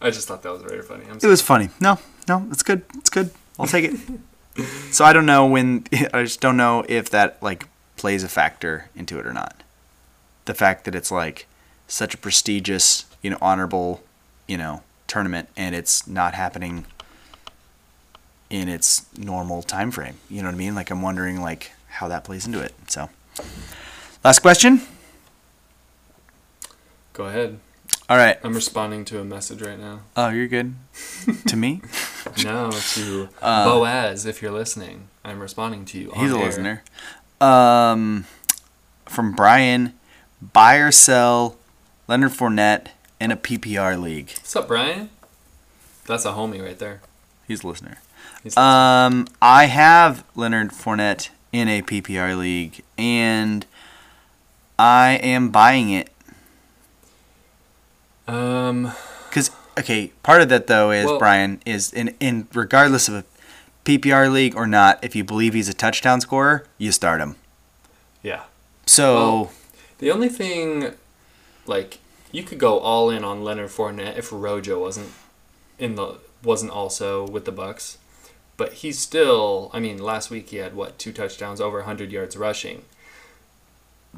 S2: I just thought that was very funny. I'm
S1: It
S2: sorry.
S1: was funny. No, no, it's good. It's good. I'll take it. so I don't know when. I just don't know if that like plays a factor into it or not. The fact that it's like such a prestigious, you know, honorable, you know, tournament, and it's not happening in its normal time frame. You know what I mean? Like I'm wondering like how that plays into it. So, last question.
S2: Go ahead.
S1: All right.
S2: I'm responding to a message right now.
S1: Oh, you're good. to me,
S2: No, to Boaz, if you're listening, I'm responding to you. on
S1: Uh, He's a
S2: air.
S1: listener. Um, from Brian, buy or sell Leonard Fournette in a PPR league.
S2: What's up, Brian? That's a homie right there.
S1: He's a listener.
S2: He's
S1: Um, I have Leonard Fournette in a PPR league, and I am buying it
S2: um,
S1: because okay. Part of that though is
S2: Well-
S1: Brian is in in regardless of a PPR league or not. If you believe he's a touchdown scorer, you start him.
S2: yeah.
S1: So.
S2: Well, The only thing, like, you could go all in on Leonard Fournette if Rojo wasn't in the wasn't also with the Bucks, but he's still. I mean, last week he had what two touchdowns, over 100 yards rushing,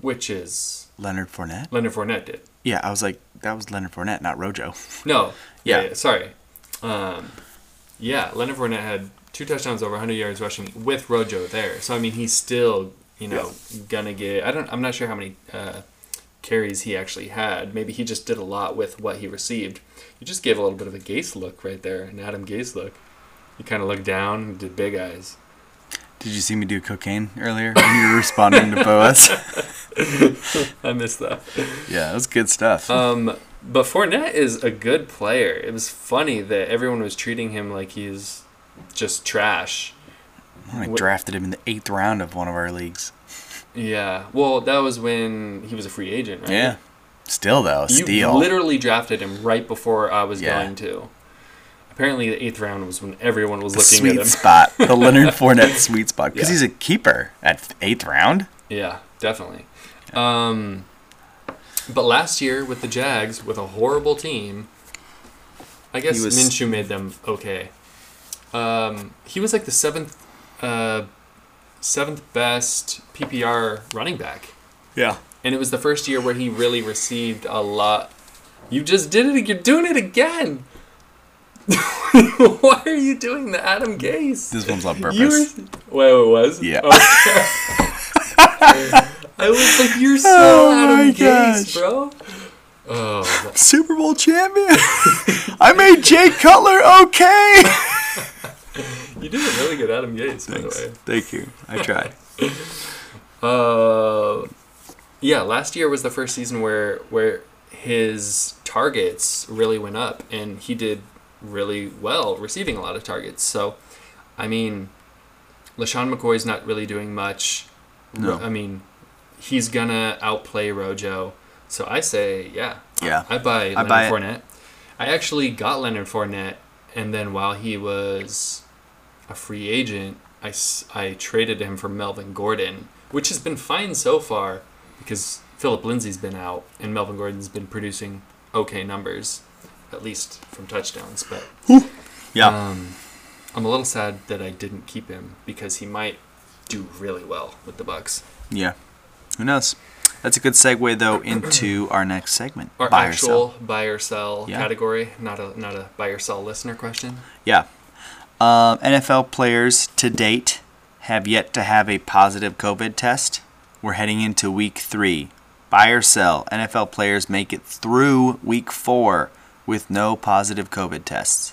S2: which is
S1: Leonard Fournette?
S2: Leonard Fournette did.
S1: Yeah, I was like, that was Leonard Fournette, not Rojo.
S2: No.
S1: Yeah.
S2: Yeah. yeah, sorry. Um, yeah, Leonard Fournette had two touchdowns over 100 yards rushing with Rojo there. So I mean, he's still you know gonna get. I don't. I'm not sure how many uh, carries he actually had. Maybe he just did a lot with what he received. You just gave a little bit of a Gase look right there, an Adam Gase look. You kind of looked down and did big eyes.
S1: Did you see me do cocaine earlier when you were responding to Boas?
S2: I missed that.
S1: yeah, that was good stuff.
S2: Um, but Fournette is a good player. It was funny that everyone was treating him like he's just trash.
S1: I
S2: wh-
S1: drafted him in the eighth round of one of our leagues.
S2: Yeah. Well, that was when he was a free agent, right?
S1: Yeah. Still though,
S2: You
S1: steal.
S2: literally drafted him right before I was
S1: Yeah.
S2: going to. Apparently, the eighth round was when everyone was
S1: the
S2: looking
S1: sweet
S2: at him.
S1: spot, the Leonard Fournette sweet spot, because
S2: Yeah.
S1: he's a keeper at eighth round.
S2: Yeah, definitely. Um, but last year with the Jags, with a horrible team, I guess
S1: He was-
S2: Minshew made them okay. Um, he was like the seventh, uh, seventh best PPR running back,
S1: Yeah,
S2: and it was the first year where he really received a lot. You just did it. You're doing it again. Why are you doing the Adam Gase?
S1: this one's on
S2: You
S1: purpose.
S2: were, Oh, wait, wait, was?
S1: Yeah.
S2: Okay. I was like, you're so
S1: Oh
S2: Adam
S1: my gosh.
S2: Gase, bro. Oh,
S1: Super Bowl champion. I made Jay Cutler okay.
S2: you did a really good Adam Gase, by
S1: Thanks.
S2: the way.
S1: Thank you. I tried.
S2: Uh, yeah, last year was the first season where where his targets really went up, and he did really well receiving a lot of targets. So, I mean, Lashawn McCoy's not really doing much.
S1: No.
S2: I mean, he's gonna outplay Rojo. So I say, yeah,
S1: Yeah.
S2: I buy Leonard
S1: buy it.
S2: Fournette. I actually got Leonard Fournette, and then while he was a free agent, I, s- I traded him for Melvin Gordon, which has been fine so far because Philip Lindsay's been out and Melvin Gordon's been producing okay numbers, at least from touchdowns. But
S1: Yeah.
S2: um, I'm a little sad that I didn't keep him because he might do really well with the Bucks.
S1: yeah. Who knows? That's a good segue though into our next segment.
S2: Our
S1: Buy or sell.
S2: actual buy or sell
S1: Yeah.
S2: category, not a not a buy or sell listener question.
S1: Yeah. Um, NFL players to date have yet to have a positive COVID test. We're heading into week three. Buy or sell. NFL players make it through week four with no positive COVID tests.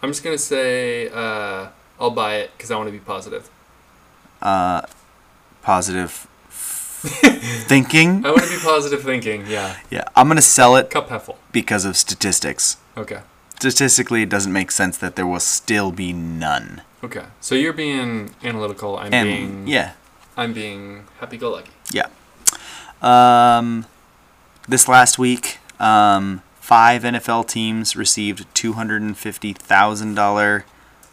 S2: I'm just gonna say uh, I'll buy it because I want to be positive.
S1: Positive thinking.
S2: I want to be positive thinking. Yeah,
S1: Yeah, I'm going to sell it
S2: cup heffel.
S1: because of statistics.
S2: Okay,
S1: Statistically, it doesn't make sense that there will still be none.
S2: okay. So you're being analytical. I'm
S1: And
S2: being
S1: yeah,
S2: I'm being happy-go-lucky.
S1: Yeah. Um, this last week, um, five NFL teams received two hundred and fifty thousand dollar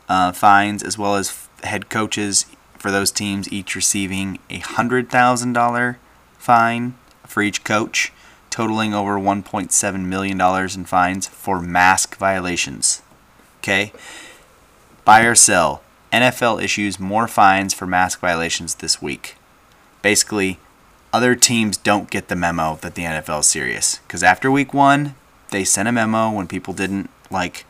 S1: uh, fines, as well as f- head coaches for those teams each receiving a hundred thousand dollar fine for each coach, totaling over one point seven million dollars in fines for mask violations. Okay. Buy or sell. NFL issues more fines for mask violations this week basically other teams don't get the memo that the NFL is serious because after week one they sent a memo when people didn't like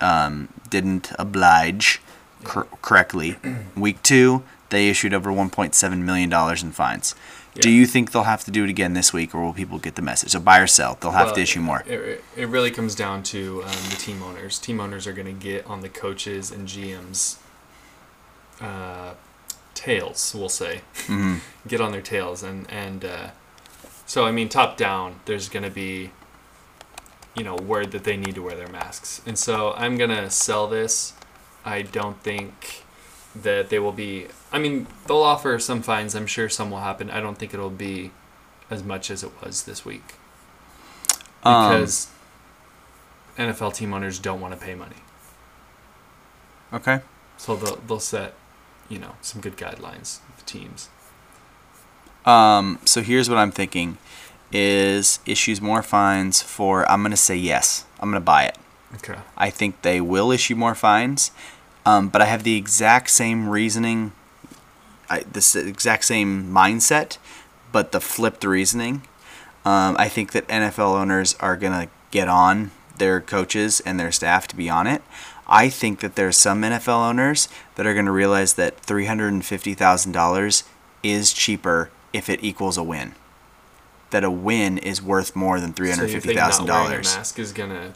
S1: um, didn't oblige cor- correctly week two they issued over 1.7 million dollars in fines do
S2: Yeah.
S1: you think they'll have to do it again this week or will people get the message so buy or sell they'll have
S2: Well,
S1: to issue more
S2: It, it, it really comes down to um, the team owners. Team owners are gonna get on the coaches and GMs' uh, tails. We'll say.
S1: Mhm.
S2: get on their tails and and uh, so I mean top down there's gonna be you know word that they need to wear their masks and so I'm gonna sell this I don't think that they will be I mean they'll offer some fines I'm sure some will happen I don't think it'll be as much as it was this week
S1: Um,
S2: because NFL team owners don't want to pay money
S1: Um, okay
S2: so they'll, they'll set you know some good guidelines for teams
S1: Um, so here's what I'm thinking is issues more fines for I'm gonna say yes. I'm gonna buy it.
S2: okay
S1: I think they will issue more fines, um, but I have the exact same reasoning, I, this exact same mindset, but the flipped reasoning. Um, I think that NFL owners are gonna get on their coaches and their staff to be on it. I think that there are some NFL owners that are gonna realize that three hundred and fifty thousand dollars is cheaper if it equals a win. That a win is worth more than three
S2: So
S1: hundred
S2: you
S1: fifty
S2: think not
S1: thousand
S2: wearing a
S1: dollars.
S2: mask is gonna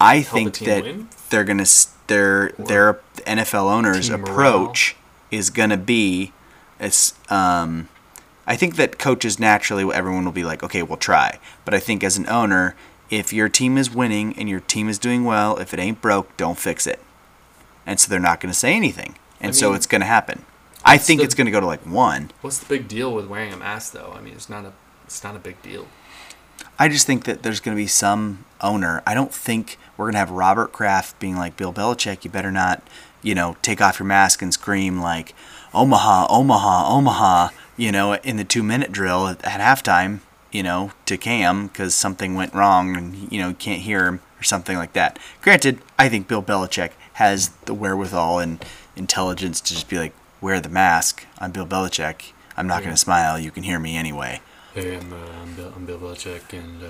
S1: I
S2: help a
S1: think
S2: team
S1: that
S2: win?
S1: they're gonna s- their
S2: Or
S1: their NFL owners
S2: team morale?
S1: approach is going to be it's um I think that coaches naturally everyone will be like, "Okay, we'll try." But I think as an owner, if your team is winning and your team is doing well, if it ain't broke, don't fix it. And so they're not going to say anything. And
S2: I
S1: so
S2: mean,
S1: it's going to happen. I think
S2: the-
S1: it's going to go to like 1.
S2: What's the big deal with wearing a mask, though? I mean, it's not a it's not a big deal.
S1: I just think that there's going to be some owner. I don't think we're going to have Robert Kraft being like Bill Belichick. You better not, you know, take off your mask and scream like Omaha, Omaha, Omaha. You know, in the two-minute drill at, at halftime, you know, to Cam because something went wrong and you know you can't hear him or something like that. Granted, I think Bill Belichick has the wherewithal and intelligence to just be like, wear the mask. I'm Bill Belichick. I'm not going to smile. You can hear me anyway.
S2: Hey, I'm, uh, I'm, Bill, I'm Bill Belichick, and uh,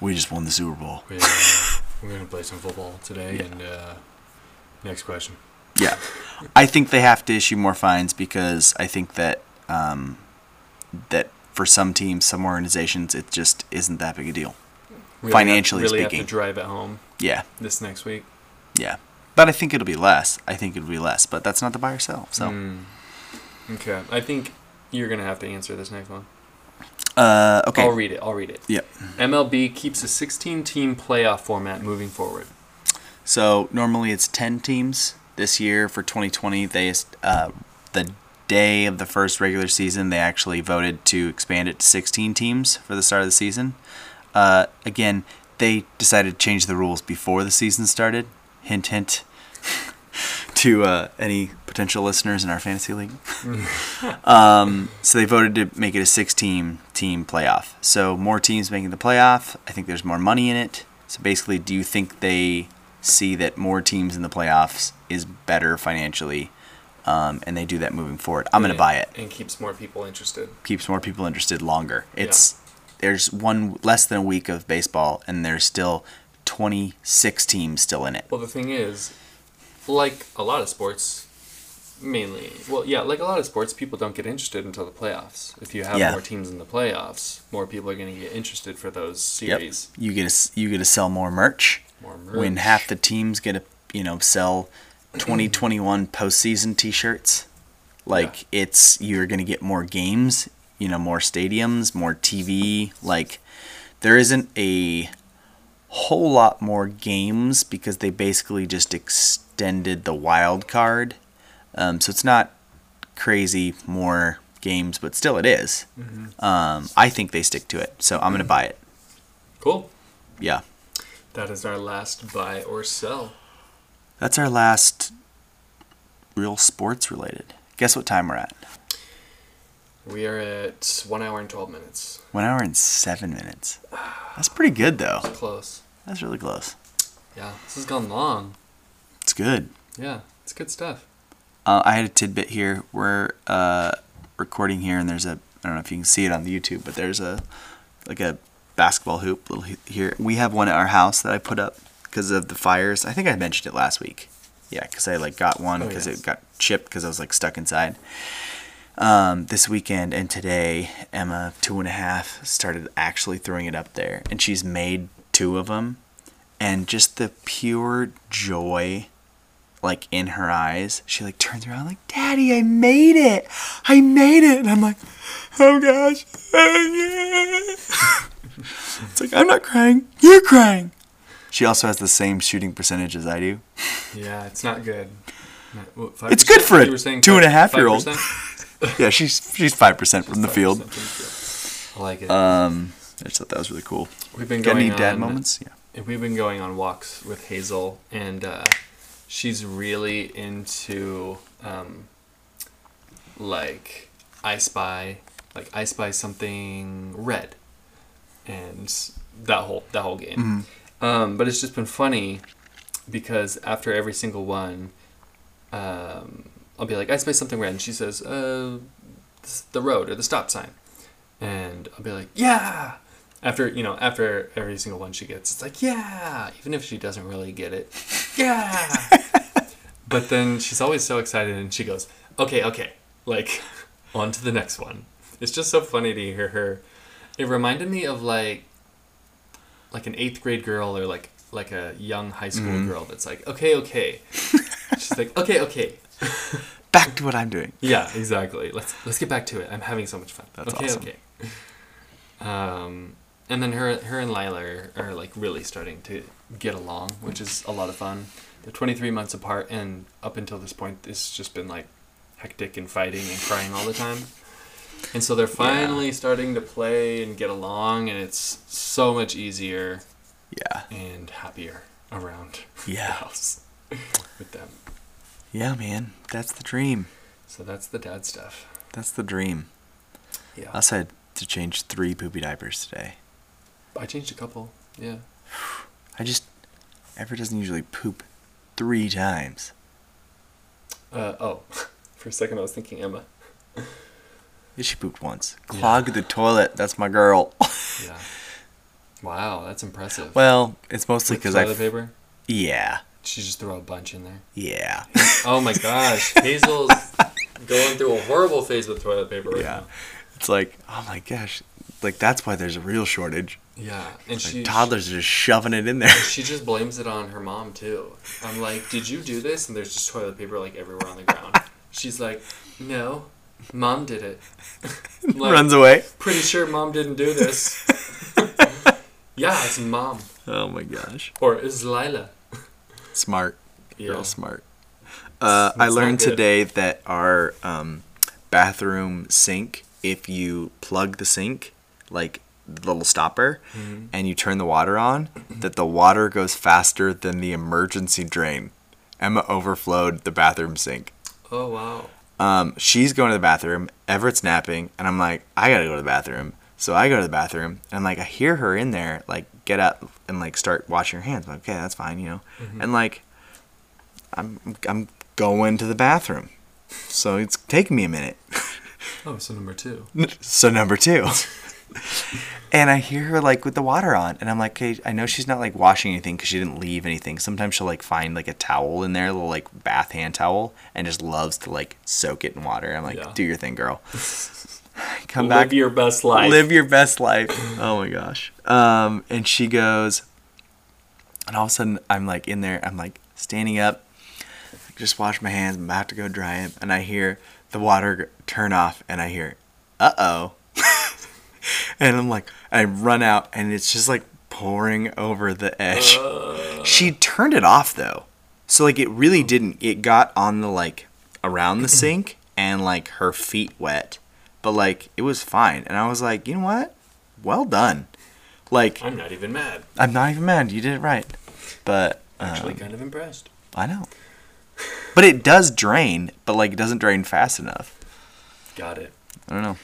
S1: We just won the Super Bowl.
S2: we're, uh, we're gonna play some football today. And uh, next question.
S1: Yeah, I think they have to issue more fines because I think that um, that for some teams, some organizations, it just isn't that big a deal.
S2: Really
S1: Financially
S2: have, really
S1: speaking.
S2: have to drive it home
S1: Yeah,
S2: this next week.
S1: yeah, but I think it'll be less. I think it'll be less, but that's not the buyer sell. So
S2: Mm. okay, I think you're gonna have to answer this next one.
S1: uh, okay,
S2: I'll read it. I'll read it.
S1: Yep.
S2: MLB keeps a 16-team playoff format moving forward.
S1: so normally it's ten teams. This year for 2020, they uh, the day of the first regular season, they actually voted to expand it to 16 teams for the start of the season. Uh, again, they decided to change the rules before the season started. Hint, hint to uh, any potential listeners in our fantasy league. um, so they voted to make it a 16 team playoff. So more teams making the playoff. I think there's more money in it. So basically, do you think they see that more teams in the playoffs is better financially? Um, and they do that moving forward. I'm going to
S2: And-
S1: buy it
S2: And keeps more people interested.
S1: keeps more people interested longer. It's there's one less than a week of baseball and there's still 26 teams still in it.
S2: Well, the thing is, like a lot of sports, mainly, well, yeah, like a lot of sports, people don't get interested until the playoffs. If you have
S1: Yeah.
S2: more teams in the playoffs, more people are going to get interested for those series.
S1: You get to s- you get to sell more merch,
S2: More
S1: when
S2: merch.
S1: half the teams get to you know sell 2021 postseason T-shirts. Like it's you're gonna get more games, you know, more stadiums, more TV. Like there isn't a whole lot more games because they basically just extended the wild card. Um, so it's not crazy more games, but still it is. Um, I think they stick to it, so I'm gonna buy it.
S2: Cool.
S1: Yeah,
S2: That is our last buy or sell.
S1: that's our last real sports related. Guess what time we're at?
S2: We are at one hour and 12 minutes.
S1: One hour and seven minutes. That's pretty good though.
S2: Close.
S1: That's really close.
S2: Yeah, this has gone long.
S1: It's good.
S2: Yeah, it's good stuff.
S1: Uh, I had a tidbit here. We're uh, recording here, and there's a I don't know if you can see it on the YouTube, but there's a like a basketball hoop little he- here. We have one at our house that I put up because of the fires. I think I mentioned it last week. Yeah, because I like got one
S2: Oh,
S1: because
S2: yes.
S1: it got chipped because I was like stuck inside. Um, this weekend and today, Emma two and a half started actually throwing it up there, and she's made two of them, and just the pure joy like in her eyes. She like turns around like, "Daddy, I made it! I made it!" And I'm like, "Oh gosh, it's like I'm not crying, you're crying." She also has the same shooting percentage as I do.
S2: Yeah, it's not good. Not- what,
S1: It's good
S2: 5%?
S1: for a
S2: You were saying
S1: two and a
S2: five-
S1: half year old.
S2: 5%?
S1: Yeah, she's she's five percent from the
S2: 5%
S1: field.
S2: I like it.
S1: Um, I just thought that was really cool.
S2: We've been
S1: Got
S2: going
S1: any dad
S2: on-
S1: moments? Yeah.
S2: And we've been going on walks with Hazel, and uh, she's really into um, like I Spy, like I Spy something red, and that whole that whole game. Um, but it's just been funny because after every single one, um, I'll be like I Spy something red, and she says uh, s- the road or the stop sign, and I'll be like yeah after you know after every single one she gets it's like yeah even if she doesn't really get it yeah but then she's always so excited and she goes okay okay like on to the next one it's just so funny to hear her it reminded me of like like an eighth grade girl or like like a young high school girl that's like okay okay she's like okay okay
S1: back to what I'm doing.
S2: Yeah, exactly. Let's let's get back to it. I'm having so much fun.
S1: That's
S2: okay,
S1: awesome.
S2: okay. Um, and then her her and Lila are, are like really starting to get along, which is a lot of fun. They're 23 months apart, and up until this point, it's just been like hectic and fighting and crying all the time. And so they're finally starting to play and get along, and it's so much easier
S1: Yeah.
S2: and happier around the
S1: Yeah.
S2: house with them.
S1: Yeah, man. That's the dream.
S2: So that's the dad stuff.
S1: That's the dream.
S2: Yeah.
S1: I also had to change three poopy diapers today.
S2: I changed a couple. Yeah.
S1: I just Everett doesn't usually poop three times.
S2: Uh, oh, for a second I was thinking Emma.
S1: She pooped once. Clogged the toilet. That's my girl.
S2: Yeah. Wow, that's impressive.
S1: well, it's mostly
S2: With
S1: because I.
S2: toilet paper.
S1: Yeah.
S2: She just threw a bunch in there.
S1: Yeah.
S2: Oh my gosh, Hazel's going through a horrible phase with toilet paper right
S1: Yeah.
S2: now.
S1: It's like, oh my gosh. Like, that's why there's a real shortage.
S2: Yeah, and
S1: Like,
S2: she
S1: toddlers are just shoving it in there.
S2: She just blames it on her mom too. I'm like, did you do this? And there's just toilet paper like everywhere on the ground. She's like, no, mom did it. I'm like,
S1: Runs away.
S2: Pretty sure mom didn't do this. yeah, it's mom
S1: Oh my gosh.
S2: or it's Lila.
S1: Smart.
S2: Yeah.
S1: Girl smart. Uh, I
S2: It's not
S1: learned
S2: good.
S1: today that our um, bathroom sink, if you plug the sink, like the little stopper,
S2: Mm-hmm.
S1: and you turn the water on, that the water goes faster than the emergency drain. Emma overflowed the bathroom sink.
S2: Oh wow.
S1: Um, she's going to the bathroom. Everett's napping, and I'm like, I gotta go to the bathroom. So I go to the bathroom, and like I hear her in there, like get up and like start washing her hands. I'm like, okay, that's fine, you know. And like, I'm I'm going to the bathroom, so it's taking me a minute.
S2: Oh, so number two.
S1: so number two. And I hear her like with the water on, and I'm like, okay, I know she's not like washing anything because she didn't leave anything. Sometimes she'll like find like a towel in there, a little like bath hand towel, and just loves to like soak it in water. I'm like,
S2: Yeah.
S1: do your thing, girl. Come
S2: Live
S1: back,
S2: your best life.
S1: live your best life. Oh my gosh. Um, and she goes, and all of a sudden I'm like in there, I'm like standing up, like, just wash my hands, I'm about to go dry them, and I hear the water g- turn off, and I hear, uh oh, and I'm like, I run out, and it's just like pouring over the edge. She turned it off though, so like it really didn't. It got on the like around the sink and like her feet wet, but like it was fine. And I was like, you know what? Well done. Like
S2: I'm not even mad.
S1: I'm not even mad. You did it right. But
S2: Actually,
S1: um,
S2: kind of impressed.
S1: I know. But it does drain, but like it doesn't drain fast enough.
S2: Got it.
S1: I don't know.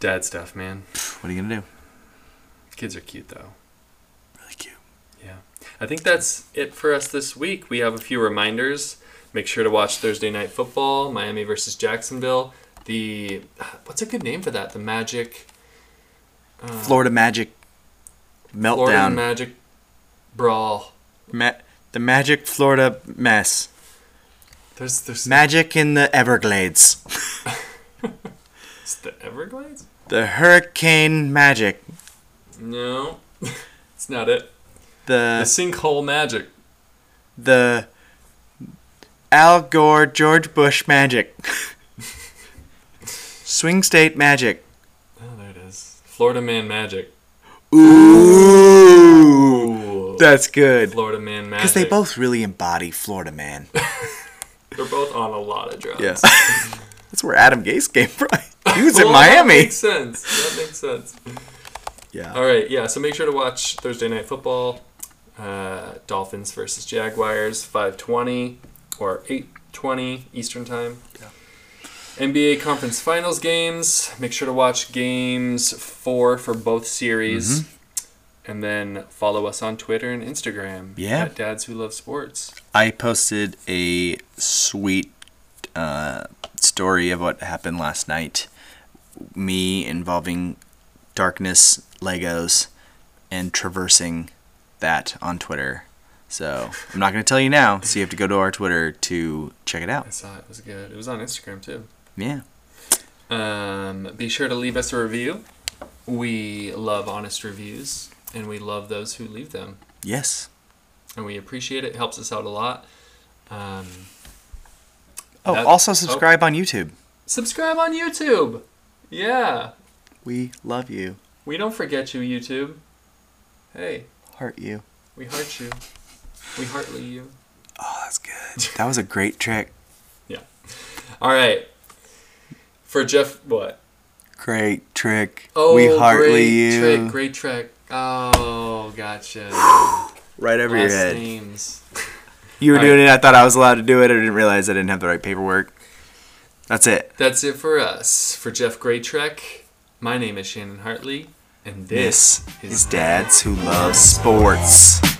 S2: Dad stuff, man.
S1: What are you gonna do?
S2: Kids are cute though.
S1: Really cute.
S2: Yeah. I think that's it for us this week. We have a few reminders. Make sure to watch Thursday Night Football, Miami versus Jacksonville. The uh, what's a good name for that? The Magic
S1: Florida Magic meltdown.
S2: Florida Magic Brawl.
S1: Ma- the Magic Florida mess.
S2: There's there's
S1: Magic in the Everglades.
S2: it's the Everglades?
S1: The Hurricane Magic.
S2: No. it's not it. The
S1: The
S2: sinkhole magic.
S1: the Al Gore George Bush Magic. Swing State Magic.
S2: Oh, there it is. Florida Man Magic.
S1: Ooh,
S2: Ooh.
S1: that's good.
S2: Florida Man Magic.
S1: Because they both really embody Florida Man.
S2: They're both on a lot of drugs.
S1: that's where Adam Gase came from. He was in
S2: Well, That
S1: Miami.
S2: makes sense. That makes sense.
S1: Yeah.
S2: All right, yeah. So make sure to watch Thursday Night Football, uh, Dolphins versus Jaguars, five twenty or eight twenty Eastern Time.
S1: Yeah.
S2: NBA Conference Finals games. Make sure to watch games four for both series,
S1: Mm-hmm.
S2: and then follow us on Twitter and Instagram.
S1: Yeah.
S2: At Dads Who Love Sports.
S1: I posted a sweet uh, story of what happened last night. Me involving darkness, Legos, and traversing that on Twitter. So I'm not going to tell you now, so you have to go to our Twitter to check it
S2: I
S1: out.
S2: saw it. it was good. It was on Instagram too.
S1: Yeah.
S2: Um, be sure to leave us a review. We love honest reviews, and we love those who leave them.
S1: Yes.
S2: and we appreciate it. It helps us out a lot. Um,
S1: Oh,
S2: That-
S1: also subscribe on YouTube.
S2: Subscribe on YouTube. Yeah.
S1: We love you,
S2: We don't forget you, YouTube. Hey,
S1: heart you.
S2: we heart you. We heartly you.
S1: Oh, that's good. That was a great trick.
S2: All right. For Jeff, what? Oh,
S1: Great trick. we heartly
S2: great
S1: you.
S2: Trick, great trick. Oh, gotcha.
S1: Right over your
S2: Last
S1: head.
S2: names.
S1: You were
S2: All
S1: doing it. I thought I was allowed to do it. I didn't realize I didn't have the right paperwork. That's it.
S2: That's it for us. For Jeff Greatrek, my name is Shannon Hartley, and this,
S1: This is dads who love sports.